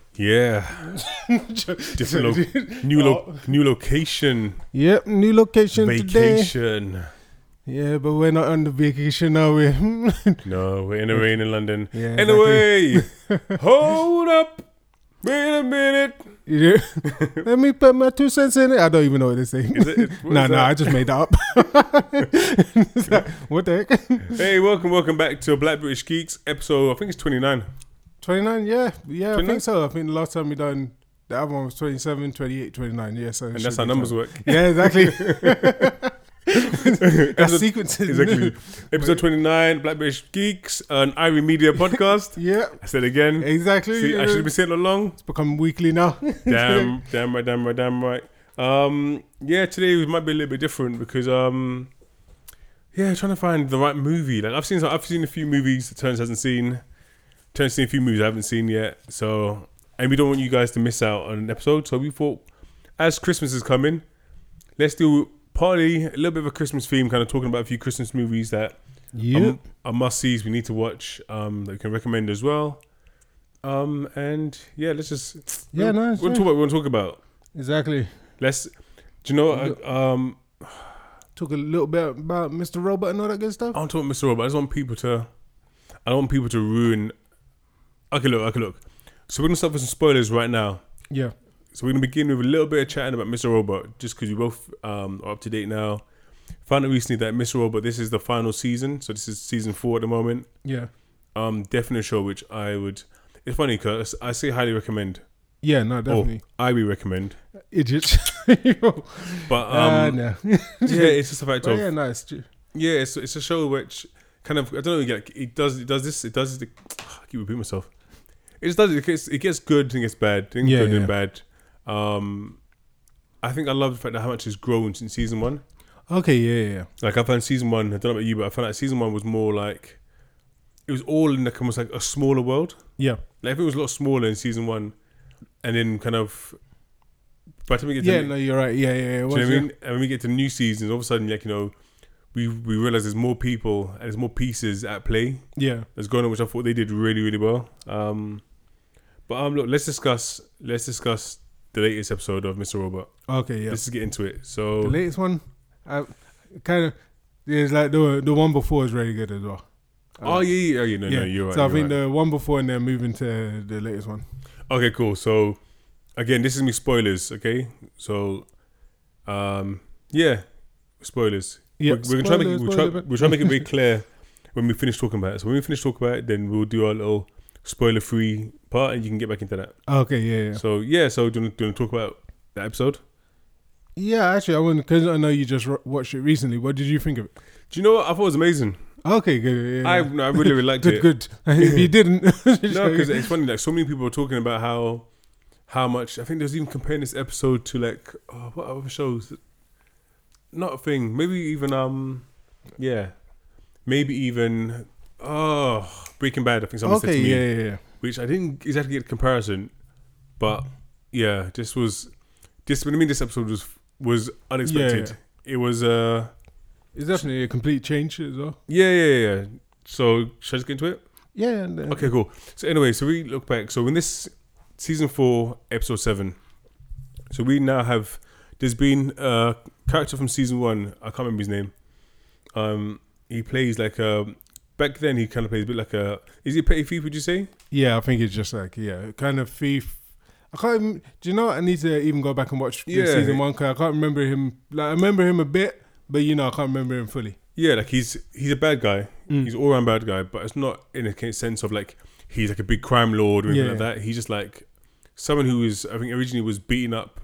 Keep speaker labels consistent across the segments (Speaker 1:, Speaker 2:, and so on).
Speaker 1: Yeah. Different lo- new lo- new location
Speaker 2: Yep, new location Oh. today.
Speaker 1: vacation.
Speaker 2: Yeah, but we're not on the vacation, are we?
Speaker 1: No, we're in the rain in London.
Speaker 2: Yeah,
Speaker 1: anyway, hold up. Wait a minute.
Speaker 2: Yeah. Let me put my two cents in it. I don't even know what they're saying.
Speaker 1: Is it- what
Speaker 2: No,
Speaker 1: is
Speaker 2: no,
Speaker 1: that?
Speaker 2: I just made that up. It's like, what the heck?
Speaker 1: Hey, welcome, welcome back to Black British Geeks episode. I think it's twenty nine.
Speaker 2: 29, yeah. Yeah, I
Speaker 1: 29?
Speaker 2: think so. I think the last time we done the other one was 27, 28, 29. Yeah, so.
Speaker 1: And that's how numbers work.
Speaker 2: Yeah, exactly. that's sequences.
Speaker 1: Exactly. episode twenty nine, Black British Geeks, an Ivy Media podcast.
Speaker 2: Yeah,
Speaker 1: I said again.
Speaker 2: exactly.
Speaker 1: See, I should Um, have been saying it along.
Speaker 2: It's become weekly now.
Speaker 1: damn, damn right, damn right, damn right. Um, yeah, today we might be a little bit different because um, yeah, trying to find the right movie. Like I've seen, some, I've seen a few movies that Terrence hasn't seen. Terrence seen a few movies I haven't seen yet. So, and we don't want you guys to miss out on an episode. So we thought, as Christmas is coming, let's do partly a little bit of a Christmas theme, kind of talking about a few Christmas movies that
Speaker 2: Yep.
Speaker 1: um, are must sees we need to watch um, that we can recommend as well. Um, and yeah, let's just
Speaker 2: Yeah,
Speaker 1: we'll,
Speaker 2: nice,
Speaker 1: We'll
Speaker 2: yeah.
Speaker 1: talk about we want to talk about.
Speaker 2: exactly.
Speaker 1: Let's. Do you know? what, Uh, um,
Speaker 2: Talk a little bit about Mr. Robot and all that good
Speaker 1: I
Speaker 2: stuff.
Speaker 1: don't talk Mr. Robot. I just want people to. I don't want people to ruin. Okay, look. Okay, look. So we're gonna start with some spoilers right now.
Speaker 2: Yeah.
Speaker 1: So we're gonna begin with a little bit of chatting about Mr. Robot, just because we both um, are up to date now. Found out recently that Mr. Robot, this is the final season, so this is season four at the moment.
Speaker 2: Yeah.
Speaker 1: Um, definitely a show which I would. It's funny because I say highly recommend.
Speaker 2: Yeah, no,
Speaker 1: Oh,
Speaker 2: definitely.
Speaker 1: I we recommend,
Speaker 2: Idiots. uh,
Speaker 1: but um,
Speaker 2: no.
Speaker 1: yeah, it's just a fact
Speaker 2: But
Speaker 1: of
Speaker 2: yeah, no, it's ju-
Speaker 1: Yeah, it's, it's a show which kind of I don't know. Like, it does it does this. It does the. I keep repeating myself. It just does it. Gets, it gets good and gets bad. Things
Speaker 2: Yeah,
Speaker 1: good and
Speaker 2: yeah.
Speaker 1: bad. Um, I think I love the fact that how much it's grown since season one.
Speaker 2: Okay, yeah, yeah, yeah.
Speaker 1: Like I found season one. I don't know about you, but I found like season one was more like it was all in like almost like a smaller world.
Speaker 2: Yeah.
Speaker 1: Like everything was a lot smaller in season one, and then kind of. By the time we get to
Speaker 2: Yeah,
Speaker 1: the-
Speaker 2: no, you're right. Yeah, yeah, yeah.
Speaker 1: do you
Speaker 2: Once
Speaker 1: know what I
Speaker 2: you-
Speaker 1: mean? And when we get to new seasons, all of a sudden, like you know, we we realize there's more people and there's more pieces at play
Speaker 2: Yeah.
Speaker 1: that's going on, which I thought they did really really well. Um, but um, look, let's discuss let's discuss the latest episode of Mr. Robot.
Speaker 2: Okay, yeah.
Speaker 1: Let's just get into it.
Speaker 2: The
Speaker 1: So
Speaker 2: latest one, I kind of, there's like the the one before is really good as well.
Speaker 1: oh yeah, yeah, yeah, yeah, no, no, you're right.
Speaker 2: So I
Speaker 1: you're
Speaker 2: think
Speaker 1: right.
Speaker 2: the one before and then moving to the latest one.
Speaker 1: okay, cool. So again, this is me spoilers. Okay, so um, yeah, spoilers.
Speaker 2: Yeah,
Speaker 1: we're, we're trying to make it, we're,
Speaker 2: spoiler,
Speaker 1: try,
Speaker 2: spoiler.
Speaker 1: we're trying to make it very clear when we finish talking about it. So when we finish talking about it, then we'll do our little spoiler-free part, and you can get back into that.
Speaker 2: Okay, yeah, yeah.
Speaker 1: So yeah, so do you, wanna- do you want to talk about that episode?
Speaker 2: Yeah, actually, I wouldn't because I know you just ro- watched it recently. What did you think of it?
Speaker 1: Do you know what I thought it was amazing?
Speaker 2: Okay, good. Yeah,
Speaker 1: I,
Speaker 2: yeah.
Speaker 1: I really really liked
Speaker 2: good,
Speaker 1: it.
Speaker 2: good. if you didn't,
Speaker 1: No, because it's funny. Like so many people were talking about how how much I think there was even comparing this episode to like oh, what other shows? Not a thing. Maybe even um, yeah, maybe even oh Breaking Bad. I think someone said
Speaker 2: okay,
Speaker 1: to me.
Speaker 2: yeah, yeah, yeah.
Speaker 1: which I didn't exactly get a comparison, but yeah, this was this. What I mean, this episode was was unexpected. It was uh,
Speaker 2: It's definitely a complete change as well.
Speaker 1: yeah, yeah, yeah. So should I just get into it?
Speaker 2: Yeah. And, uh,
Speaker 1: Okay, cool. So anyway, so we look back. So in this season four, episode seven, so we now have there's been a character from season one. I can't remember his name. Um, he plays like a back then. He kind of plays a bit like a is he a petty thief? Would you say?
Speaker 2: Yeah, I think it's just like yeah, kind of thief. I can't. Even, do you know? what? I need to even go back and watch the
Speaker 1: Yeah.
Speaker 2: season one because I can't remember him. Like I remember him a bit, but you know I can't remember him fully.
Speaker 1: Yeah, like he's he's a bad guy.
Speaker 2: Hmm.
Speaker 1: He's all around bad guy, but it's not in a ca- sense of like he's like a big crime lord or anything
Speaker 2: Yeah,
Speaker 1: like
Speaker 2: yeah.
Speaker 1: that. He's just like someone who was I think originally was beaten up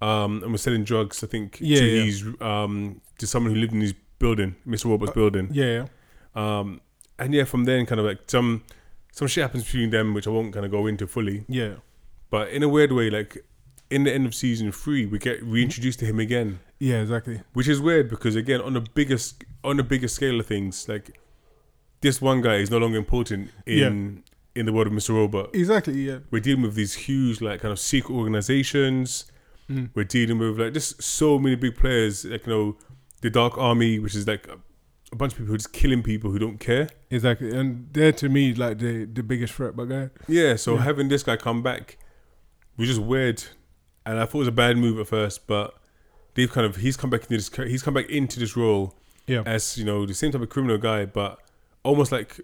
Speaker 1: um, and was selling drugs. I think
Speaker 2: Yeah,
Speaker 1: to
Speaker 2: yeah.
Speaker 1: these um, to someone who lived in his building, Mr. Robert's
Speaker 2: Uh,
Speaker 1: building.
Speaker 2: Yeah, yeah.
Speaker 1: Um, and yeah, from then kind of like some some shit happens between them, which I won't kind of go into fully.
Speaker 2: yeah.
Speaker 1: But in a weird way, like in the end of season three, we get reintroduced to him again
Speaker 2: Yeah, exactly.
Speaker 1: which is weird because again on the biggest on the bigger scale of things like this one guy is no longer important in in the world of mr robot
Speaker 2: Exactly. Yeah.
Speaker 1: we're dealing with these huge like kind of secret organizations we're dealing with like just so many big players like you know the dark army which is like a, a bunch of people who are just killing people who don't care
Speaker 2: Exactly. And they're to me like the the biggest threat, but guy.
Speaker 1: yeah so having this guy come back was just weird, and I thought it was a bad move at first. But they've kind of he's come back into this ca- he's come back into this role
Speaker 2: Yeah.
Speaker 1: as you know the same type of criminal guy, but almost like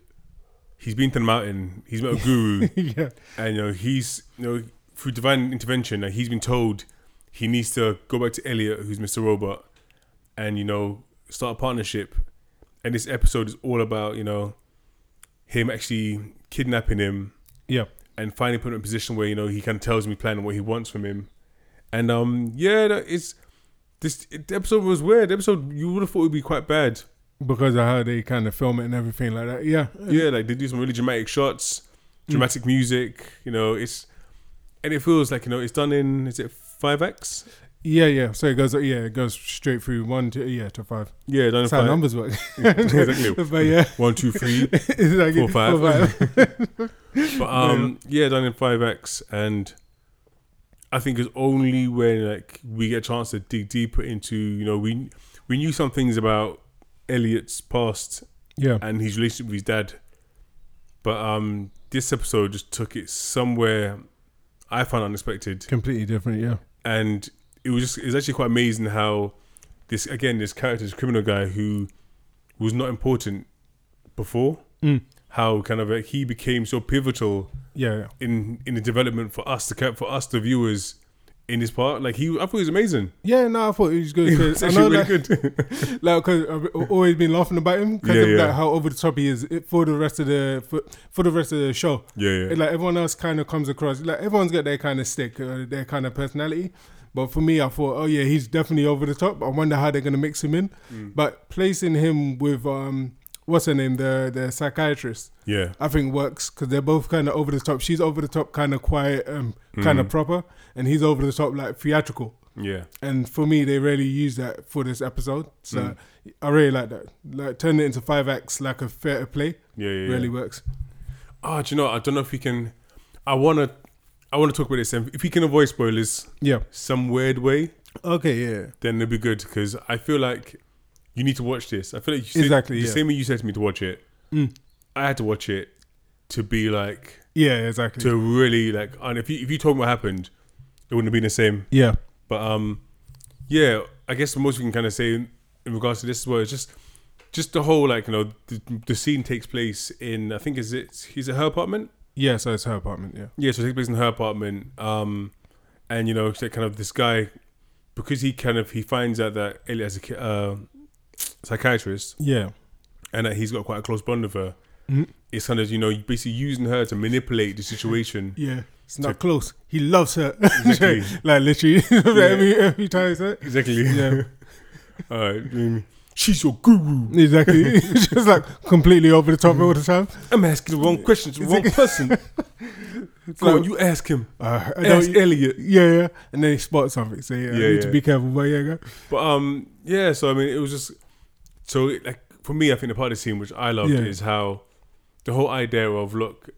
Speaker 1: he's been to the mountain, he's met a guru,
Speaker 2: yeah.
Speaker 1: and you know he's you know through divine intervention, like he's been told he needs to go back to Elliot, who's Mr. Robot, and you know start a partnership. And this episode is all about you know him actually kidnapping him
Speaker 2: Yeah.
Speaker 1: and finally put him in a position where you know he kind of tells me plan and what he wants from him. And um, yeah, that- it's this the episode was weird. The episode you would have thought would be quite bad.
Speaker 2: Because of how they kind of film it and everything like that. Yeah.
Speaker 1: Yeah, like they do some really dramatic shots, dramatic music. You know, it's and it feels like you know it's done in is it five acts?
Speaker 2: Yeah. Yeah. So it goes. Yeah. It goes straight through one to yeah to five.
Speaker 1: Yeah, done in
Speaker 2: That's how
Speaker 1: five.
Speaker 2: numbers work.
Speaker 1: Exactly.
Speaker 2: but yeah.
Speaker 1: One, two, three,
Speaker 2: It's like
Speaker 1: four, five.
Speaker 2: five.
Speaker 1: But um, yeah, done in five acts, and I think it's only when like we get a chance to dig deeper into you know we we knew some things about Elliot's past
Speaker 2: yeah.
Speaker 1: and his relationship with his dad, but um, this episode just took it somewhere I found unexpected,
Speaker 2: Completely different. Yeah.
Speaker 1: and it was just it's actually quite amazing how this again this character, this criminal guy who was not important before,
Speaker 2: Mm.
Speaker 1: how kind of like, he became so pivotal
Speaker 2: Yeah. Yeah.
Speaker 1: in in the development for us, the ca- for us, the viewers in this part. Like he, I thought he was amazing.
Speaker 2: Yeah, no, I thought it was good.
Speaker 1: It
Speaker 2: 'cause
Speaker 1: was
Speaker 2: I
Speaker 1: actually
Speaker 2: know,
Speaker 1: really
Speaker 2: like,
Speaker 1: good.
Speaker 2: like, cause I've always been laughing about him because
Speaker 1: Yeah,
Speaker 2: of
Speaker 1: yeah.
Speaker 2: like, how over the top he is it- for the rest of the for, for the rest of the show.
Speaker 1: yeah, yeah.
Speaker 2: It, like everyone else kind of comes across like everyone's got their kind of stick, uh, their kind of personality. But for me, I thought, oh yeah, he's definitely over the top. I wonder how they're gonna mix him in.
Speaker 1: Mm.
Speaker 2: But placing him with um, what's her name, the the psychiatrist,
Speaker 1: yeah,
Speaker 2: I think works because they're both kind of over the top. She's over the top, kind of quiet, um, kind of proper, and he's over the top, like theatrical
Speaker 1: yeah,
Speaker 2: and for me they really use that for this episode so i really like that like turn it into five acts like a theater play
Speaker 1: yeah, yeah.
Speaker 2: really
Speaker 1: yeah.
Speaker 2: works
Speaker 1: Ah, do you know? I don't know if we can. I wanna, I wanna talk about this. And if we can avoid spoilers
Speaker 2: yeah
Speaker 1: some weird way,
Speaker 2: okay yeah
Speaker 1: then it'd be good because I feel like you need to watch this. I feel like you said,
Speaker 2: Exactly,
Speaker 1: The
Speaker 2: yeah.
Speaker 1: same way you said to me to watch it,
Speaker 2: Mm.
Speaker 1: I had to watch it to be like
Speaker 2: yeah exactly
Speaker 1: to really like. And if you if you told me what happened, it wouldn't have been the same.
Speaker 2: yeah
Speaker 1: But um, yeah, I guess the most we can kind of say in, in regards to this was just just the whole like you know the, the scene takes place in I think is it is it her apartment?
Speaker 2: yeah so it's her apartment yeah
Speaker 1: Yeah, so it takes place in her apartment. Um, and you know it's like kind of this guy because he kind of he finds out that Elliot has a ki- uh, psychiatrist
Speaker 2: yeah
Speaker 1: and that he's got quite a close bond with her.
Speaker 2: Mhm.
Speaker 1: It's kind of you know basically using her to manipulate the situation.
Speaker 2: yeah it's
Speaker 1: So-
Speaker 2: not close he loves her
Speaker 1: Exactly.
Speaker 2: like literally every, every time it's her.
Speaker 1: exactly.
Speaker 2: yeah
Speaker 1: All right. mm. She's your guru.
Speaker 2: exactly just like completely over the top all the time
Speaker 1: I'm asking the wrong questions, to the wrong person. Go on, you ask him.
Speaker 2: uh, I
Speaker 1: Ask
Speaker 2: don't,
Speaker 1: Elliot.
Speaker 2: yeah yeah and then he spots something so
Speaker 1: Yeah,
Speaker 2: yeah, I need to
Speaker 1: yeah.
Speaker 2: be careful but yeah go.
Speaker 1: But um, yeah. So I mean, it was just so it, like for me, I think the part of the scene which I loved
Speaker 2: Yeah.
Speaker 1: is how the whole idea of look,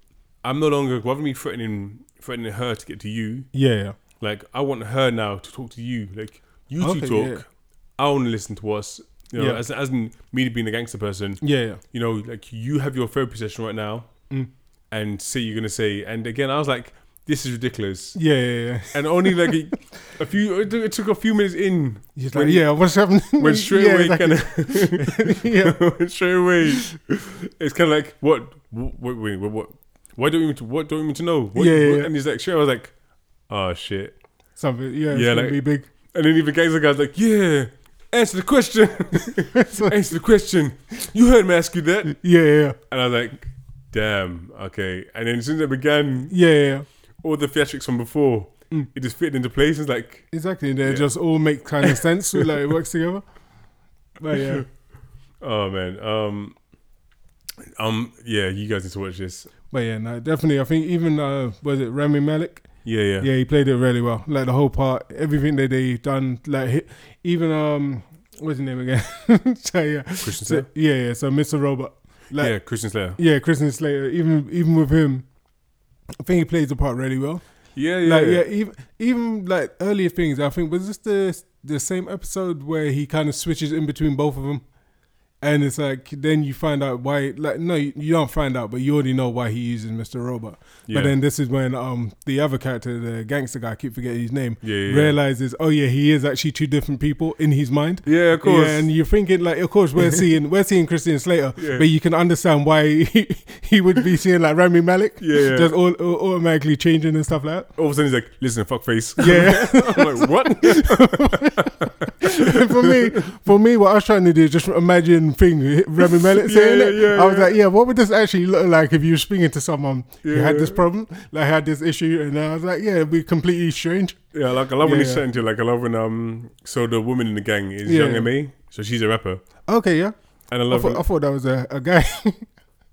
Speaker 1: I'm no longer rather than me threatening threatening her to get to you.
Speaker 2: yeah yeah
Speaker 1: Like I want her now to talk to you. Like you two
Speaker 2: Okay,
Speaker 1: talk. I want to listen to us. You know,
Speaker 2: Yeah.
Speaker 1: as as in me being a gangster person.
Speaker 2: yeah yeah
Speaker 1: you know, like you have your therapy session right now
Speaker 2: Mm.
Speaker 1: and say you're going to say, and again, I was like, this is ridiculous.
Speaker 2: yeah yeah, yeah.
Speaker 1: And only like a, a few, it took- it took a few minutes in
Speaker 2: He's
Speaker 1: When-
Speaker 2: like, yeah, what's happening?
Speaker 1: when straight
Speaker 2: yeah,
Speaker 1: away,
Speaker 2: like-
Speaker 1: kind
Speaker 2: yeah,
Speaker 1: of, straight away, it's kind of like, what, what, wait, wait, what, what, why don't you want to, what don't you want to know? What,
Speaker 2: Yeah, yeah,
Speaker 1: what-
Speaker 2: yeah.
Speaker 1: And he's like, sure. I was like, oh shit.
Speaker 2: something. Yeah, it's
Speaker 1: Yeah,
Speaker 2: gonna
Speaker 1: like-
Speaker 2: be big.
Speaker 1: And then even guys, the guy's like, yeah, answer the question,
Speaker 2: So-
Speaker 1: answer the question. You heard me ask you that. And
Speaker 2: yeah, yeah,
Speaker 1: I was like, damn, okay. And then as soon as it began,
Speaker 2: yeah, yeah, yeah.
Speaker 1: all the theatrics from before,
Speaker 2: Mm.
Speaker 1: it just fit into place. It's like,
Speaker 2: Exactly. And they
Speaker 1: Yeah.
Speaker 2: just all make kind of sense. so, like it works together. But yeah,
Speaker 1: oh man, um, um, yeah, you guys need to watch this.
Speaker 2: but yeah, no, definitely. I think even uh, was it Rami Malik?
Speaker 1: Yeah, yeah,
Speaker 2: Yeah. he played it really well. Like the whole part, everything that they done. Like hi- even um, what's his name again? so yeah,
Speaker 1: Christian
Speaker 2: so,
Speaker 1: Slayer.
Speaker 2: yeah, yeah. So Mr. Robot. Like,
Speaker 1: yeah, Christian Slayer.
Speaker 2: yeah, Christian Slater. Even even with him, I think he plays the part really well.
Speaker 1: Yeah, yeah,
Speaker 2: like yeah, even even like earlier things. I think was this the the same episode where he kind of switches in between both of them. And it's like then you find out why. Like no, you, you don't find out, but you already know why he uses Mr. Robot.
Speaker 1: Yeah.
Speaker 2: But then this is when um the other character, the gangster guy, I keep forgetting his name,
Speaker 1: Yeah, yeah, yeah.
Speaker 2: realizes oh yeah, he is actually two different people in his mind.
Speaker 1: yeah, of course.
Speaker 2: Yeah, and you're thinking like, of course we're seeing we're seeing Christian Slater,
Speaker 1: Yeah.
Speaker 2: but you can understand why he, he would be seeing like Rami Malik,
Speaker 1: Yeah, yeah.
Speaker 2: just all, all- automatically changing and stuff like
Speaker 1: All of a sudden, he's like, "Listen, fuckface."
Speaker 2: that.
Speaker 1: I'm like, what?
Speaker 2: Yeah, for me, for me, what I was trying to do is just imagine thing Rami Malik
Speaker 1: Yeah,
Speaker 2: saying
Speaker 1: yeah,
Speaker 2: it.
Speaker 1: yeah,
Speaker 2: I was
Speaker 1: yeah.
Speaker 2: like, yeah, what would this actually look like if you were speaking to someone who had
Speaker 1: Yeah.
Speaker 2: this problem, like had this issue, and I was like, yeah, it'd be completely strange.
Speaker 1: Yeah, like I love when he's
Speaker 2: Yeah.
Speaker 1: chatting to you, like I love when um so the woman in the gang is
Speaker 2: Yeah. Oh,
Speaker 1: young me, so she's a rapper.
Speaker 2: Okay, yeah,
Speaker 1: And I
Speaker 2: I
Speaker 1: love
Speaker 2: thought, I thought that was a, a guy.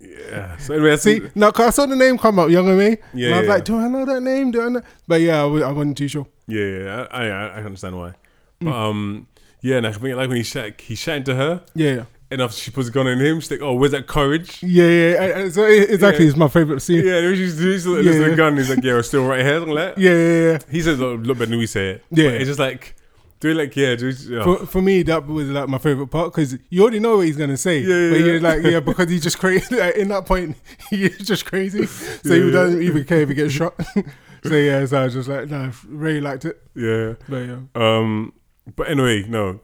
Speaker 1: yeah. So anyway, I
Speaker 2: See,
Speaker 1: see
Speaker 2: now 'cause I saw the name come up, young and me.
Speaker 1: Yeah,
Speaker 2: and I was
Speaker 1: yeah.
Speaker 2: like, do I know that name? Do I know? But yeah, I, w- I wasn't too sure.
Speaker 1: Yeah, yeah, I, I I understand why.
Speaker 2: Mm.
Speaker 1: But um yeah, and I think like when he's shat he's chatting to her
Speaker 2: Yeah, yeah.
Speaker 1: and after she puts a gun on him, she's like, Oh, where's that courage?
Speaker 2: Yeah, yeah, I- I- so it- exactly.
Speaker 1: Yeah.
Speaker 2: It's my favorite scene. Yeah,
Speaker 1: Yeah, and she's, she's like,
Speaker 2: Yeah,
Speaker 1: listen to
Speaker 2: yeah.
Speaker 1: the gun, he's like, Yeah, we're still right here, something like that.
Speaker 2: yeah, yeah. yeah.
Speaker 1: He says a lot, lot better than we say it.
Speaker 2: Yeah.
Speaker 1: But it's just like do it like yeah, do it, yeah.
Speaker 2: For, for me, that was like my favorite part because you already know what he's gonna say.
Speaker 1: Yeah, yeah,
Speaker 2: but you're
Speaker 1: yeah.
Speaker 2: like, yeah, because he's just crazy. Like, in that point, he's just crazy, so
Speaker 1: Yeah,
Speaker 2: he
Speaker 1: yeah.
Speaker 2: doesn't even care if he gets shot. so yeah, so I was just like, no, I really liked it.
Speaker 1: yeah.
Speaker 2: But yeah,
Speaker 1: Um, but anyway, no,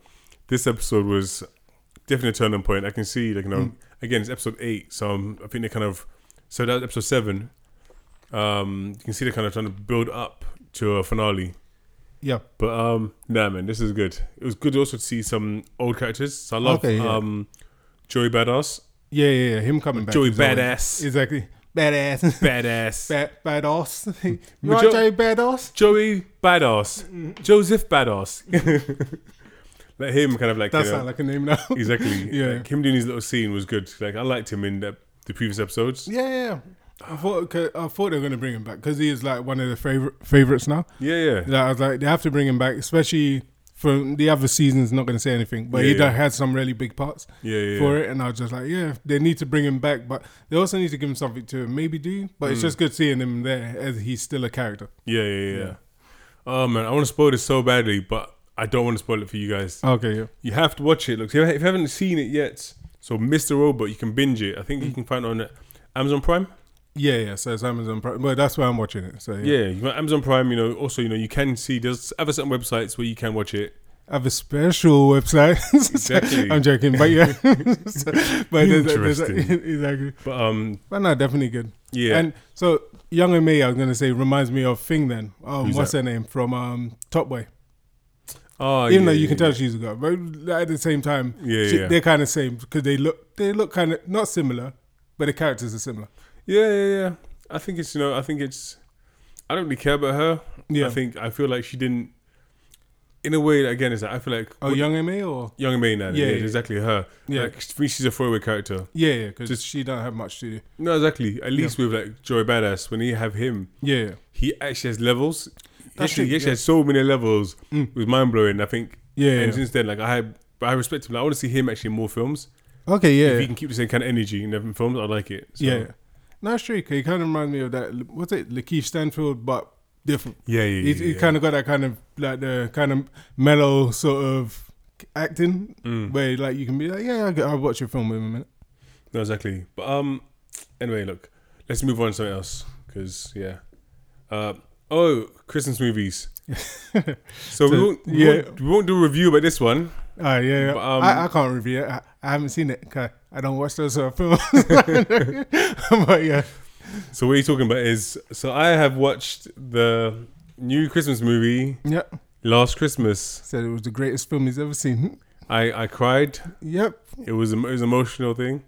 Speaker 1: this episode was definitely a turning point. I can see, like, you
Speaker 2: Mm.
Speaker 1: know, again, it's episode eight, so um, I think they kind of so that was episode seven. Um, you can see they're kind of trying to build up to a finale,
Speaker 2: yeah,
Speaker 1: but um, nah, man, this is good. It was good also to see some old characters. So I love
Speaker 2: Okay, yeah.
Speaker 1: um, Joey Badass,
Speaker 2: yeah, yeah. yeah. Him coming back.
Speaker 1: Joey
Speaker 2: is always-
Speaker 1: Badass,
Speaker 2: Exactly. Badass.
Speaker 1: Badass,
Speaker 2: Bad, badass. you
Speaker 1: Would
Speaker 2: right,
Speaker 1: you-
Speaker 2: Joey Badass?
Speaker 1: Joey
Speaker 2: Mm.
Speaker 1: Badass, Joseph Badass. Like him, kind of like you
Speaker 2: That
Speaker 1: know,
Speaker 2: sounds like a name now.
Speaker 1: Exactly.
Speaker 2: Yeah.
Speaker 1: Like, him doing his little scene was good. Like I liked him in the, the previous episodes.
Speaker 2: yeah, yeah, yeah. I thought 'cause I thought they were gonna bring him back because he is like one of the favorite favorites now.
Speaker 1: Yeah, yeah.
Speaker 2: Like, I was like, they have to bring him back, especially from the other seasons. Not going to say anything, but
Speaker 1: Yeah,
Speaker 2: he
Speaker 1: yeah.
Speaker 2: done had some really big parts
Speaker 1: Yeah, yeah.
Speaker 2: for it, and I was just like, yeah, they need to bring him back, but they also need to give him something to maybe do. But
Speaker 1: Mm.
Speaker 2: it's just good seeing him there as he's still a character.
Speaker 1: Yeah, yeah, yeah. yeah. Oh man, I want to spoil this so badly, but I don't want to spoil it for you guys.
Speaker 2: Okay, yeah,
Speaker 1: You have to watch it. Look, if you if you haven't seen it yet, so Mr. Robot, you can binge it. I think
Speaker 2: Mm.
Speaker 1: you can find it on uh, Amazon Prime.
Speaker 2: yeah, yeah. So it's Amazon Prime, but that's why I'm watching it. So yeah,
Speaker 1: Yeah, you can Amazon Prime. You know, also you know you can see there's other certain websites where you can watch it.
Speaker 2: I have a special website.
Speaker 1: Exactly.
Speaker 2: I'm joking, but yeah, So- but there's, there's,
Speaker 1: Interesting.
Speaker 2: exactly.
Speaker 1: But um,
Speaker 2: But no, definitely good.
Speaker 1: yeah,
Speaker 2: And so Young and Me, I was gonna say, reminds me of Thing. Then, um,
Speaker 1: Who's
Speaker 2: what's
Speaker 1: that?
Speaker 2: her name from um, Top Boy?
Speaker 1: oh,
Speaker 2: Even
Speaker 1: yeah,
Speaker 2: though you
Speaker 1: yeah,
Speaker 2: can tell she's a girl, but at the same time,
Speaker 1: Yeah,
Speaker 2: she-
Speaker 1: yeah.
Speaker 2: they're kind of same because they look they look kind of not similar, but the characters are similar.
Speaker 1: Yeah, yeah, yeah. I think it's you know, I think it's. I don't really care about her.
Speaker 2: Yeah.
Speaker 1: I think I feel like she didn't. In a way, again, is that I feel like
Speaker 2: Oh,
Speaker 1: what-
Speaker 2: Young and Me, or
Speaker 1: young and May now. Yeah,
Speaker 2: Yeah, yeah.
Speaker 1: exactly her.
Speaker 2: Yeah.
Speaker 1: Yeah, like, for me, she's a throwaway character.
Speaker 2: yeah, yeah, because
Speaker 1: Just-
Speaker 2: she don't have much to do.
Speaker 1: No, exactly. At least with like Joy Badass, when you have him,
Speaker 2: Yeah, yeah,
Speaker 1: he actually has levels. He
Speaker 2: That's
Speaker 1: actually,
Speaker 2: it,
Speaker 1: he actually
Speaker 2: yeah.
Speaker 1: has so many levels.
Speaker 2: Mm.
Speaker 1: It was mind blowing. I think.
Speaker 2: yeah.
Speaker 1: and
Speaker 2: yeah.
Speaker 1: since then, like I, I respect him. Like, I want to see him actually in more films.
Speaker 2: Okay,
Speaker 1: If
Speaker 2: yeah,
Speaker 1: he
Speaker 2: yeah.
Speaker 1: can keep the same kind of energy in different films, I like it. So,
Speaker 2: yeah. No, it's true. 'cause He kind of reminds me of that. What's it, Lakeith Stanfield, but different.
Speaker 1: yeah, yeah. yeah,
Speaker 2: He's,
Speaker 1: yeah,
Speaker 2: he
Speaker 1: yeah.
Speaker 2: kind of got that kind of like the kind of mellow sort of acting
Speaker 1: Mm.
Speaker 2: where like you can be like, yeah, I'll, I'll watch your film in a minute.
Speaker 1: No, exactly. But um, anyway, look, let's move on to something else because yeah. Uh, oh, Christmas movies. so we
Speaker 2: So,
Speaker 1: won't, we,
Speaker 2: yeah.
Speaker 1: won't, we won't do a review about this one.
Speaker 2: Ah, yeah, yeah.
Speaker 1: But, um,
Speaker 2: I, I can't review it. I, I haven't seen it 'cause I don't watch those sort of films. but yeah,
Speaker 1: So what you're talking about is so I have watched the new Christmas movie
Speaker 2: yep.
Speaker 1: Last Christmas.
Speaker 2: Said it was the greatest film he's ever seen.
Speaker 1: I I cried.
Speaker 2: Yep.
Speaker 1: It was it was an emotional thing.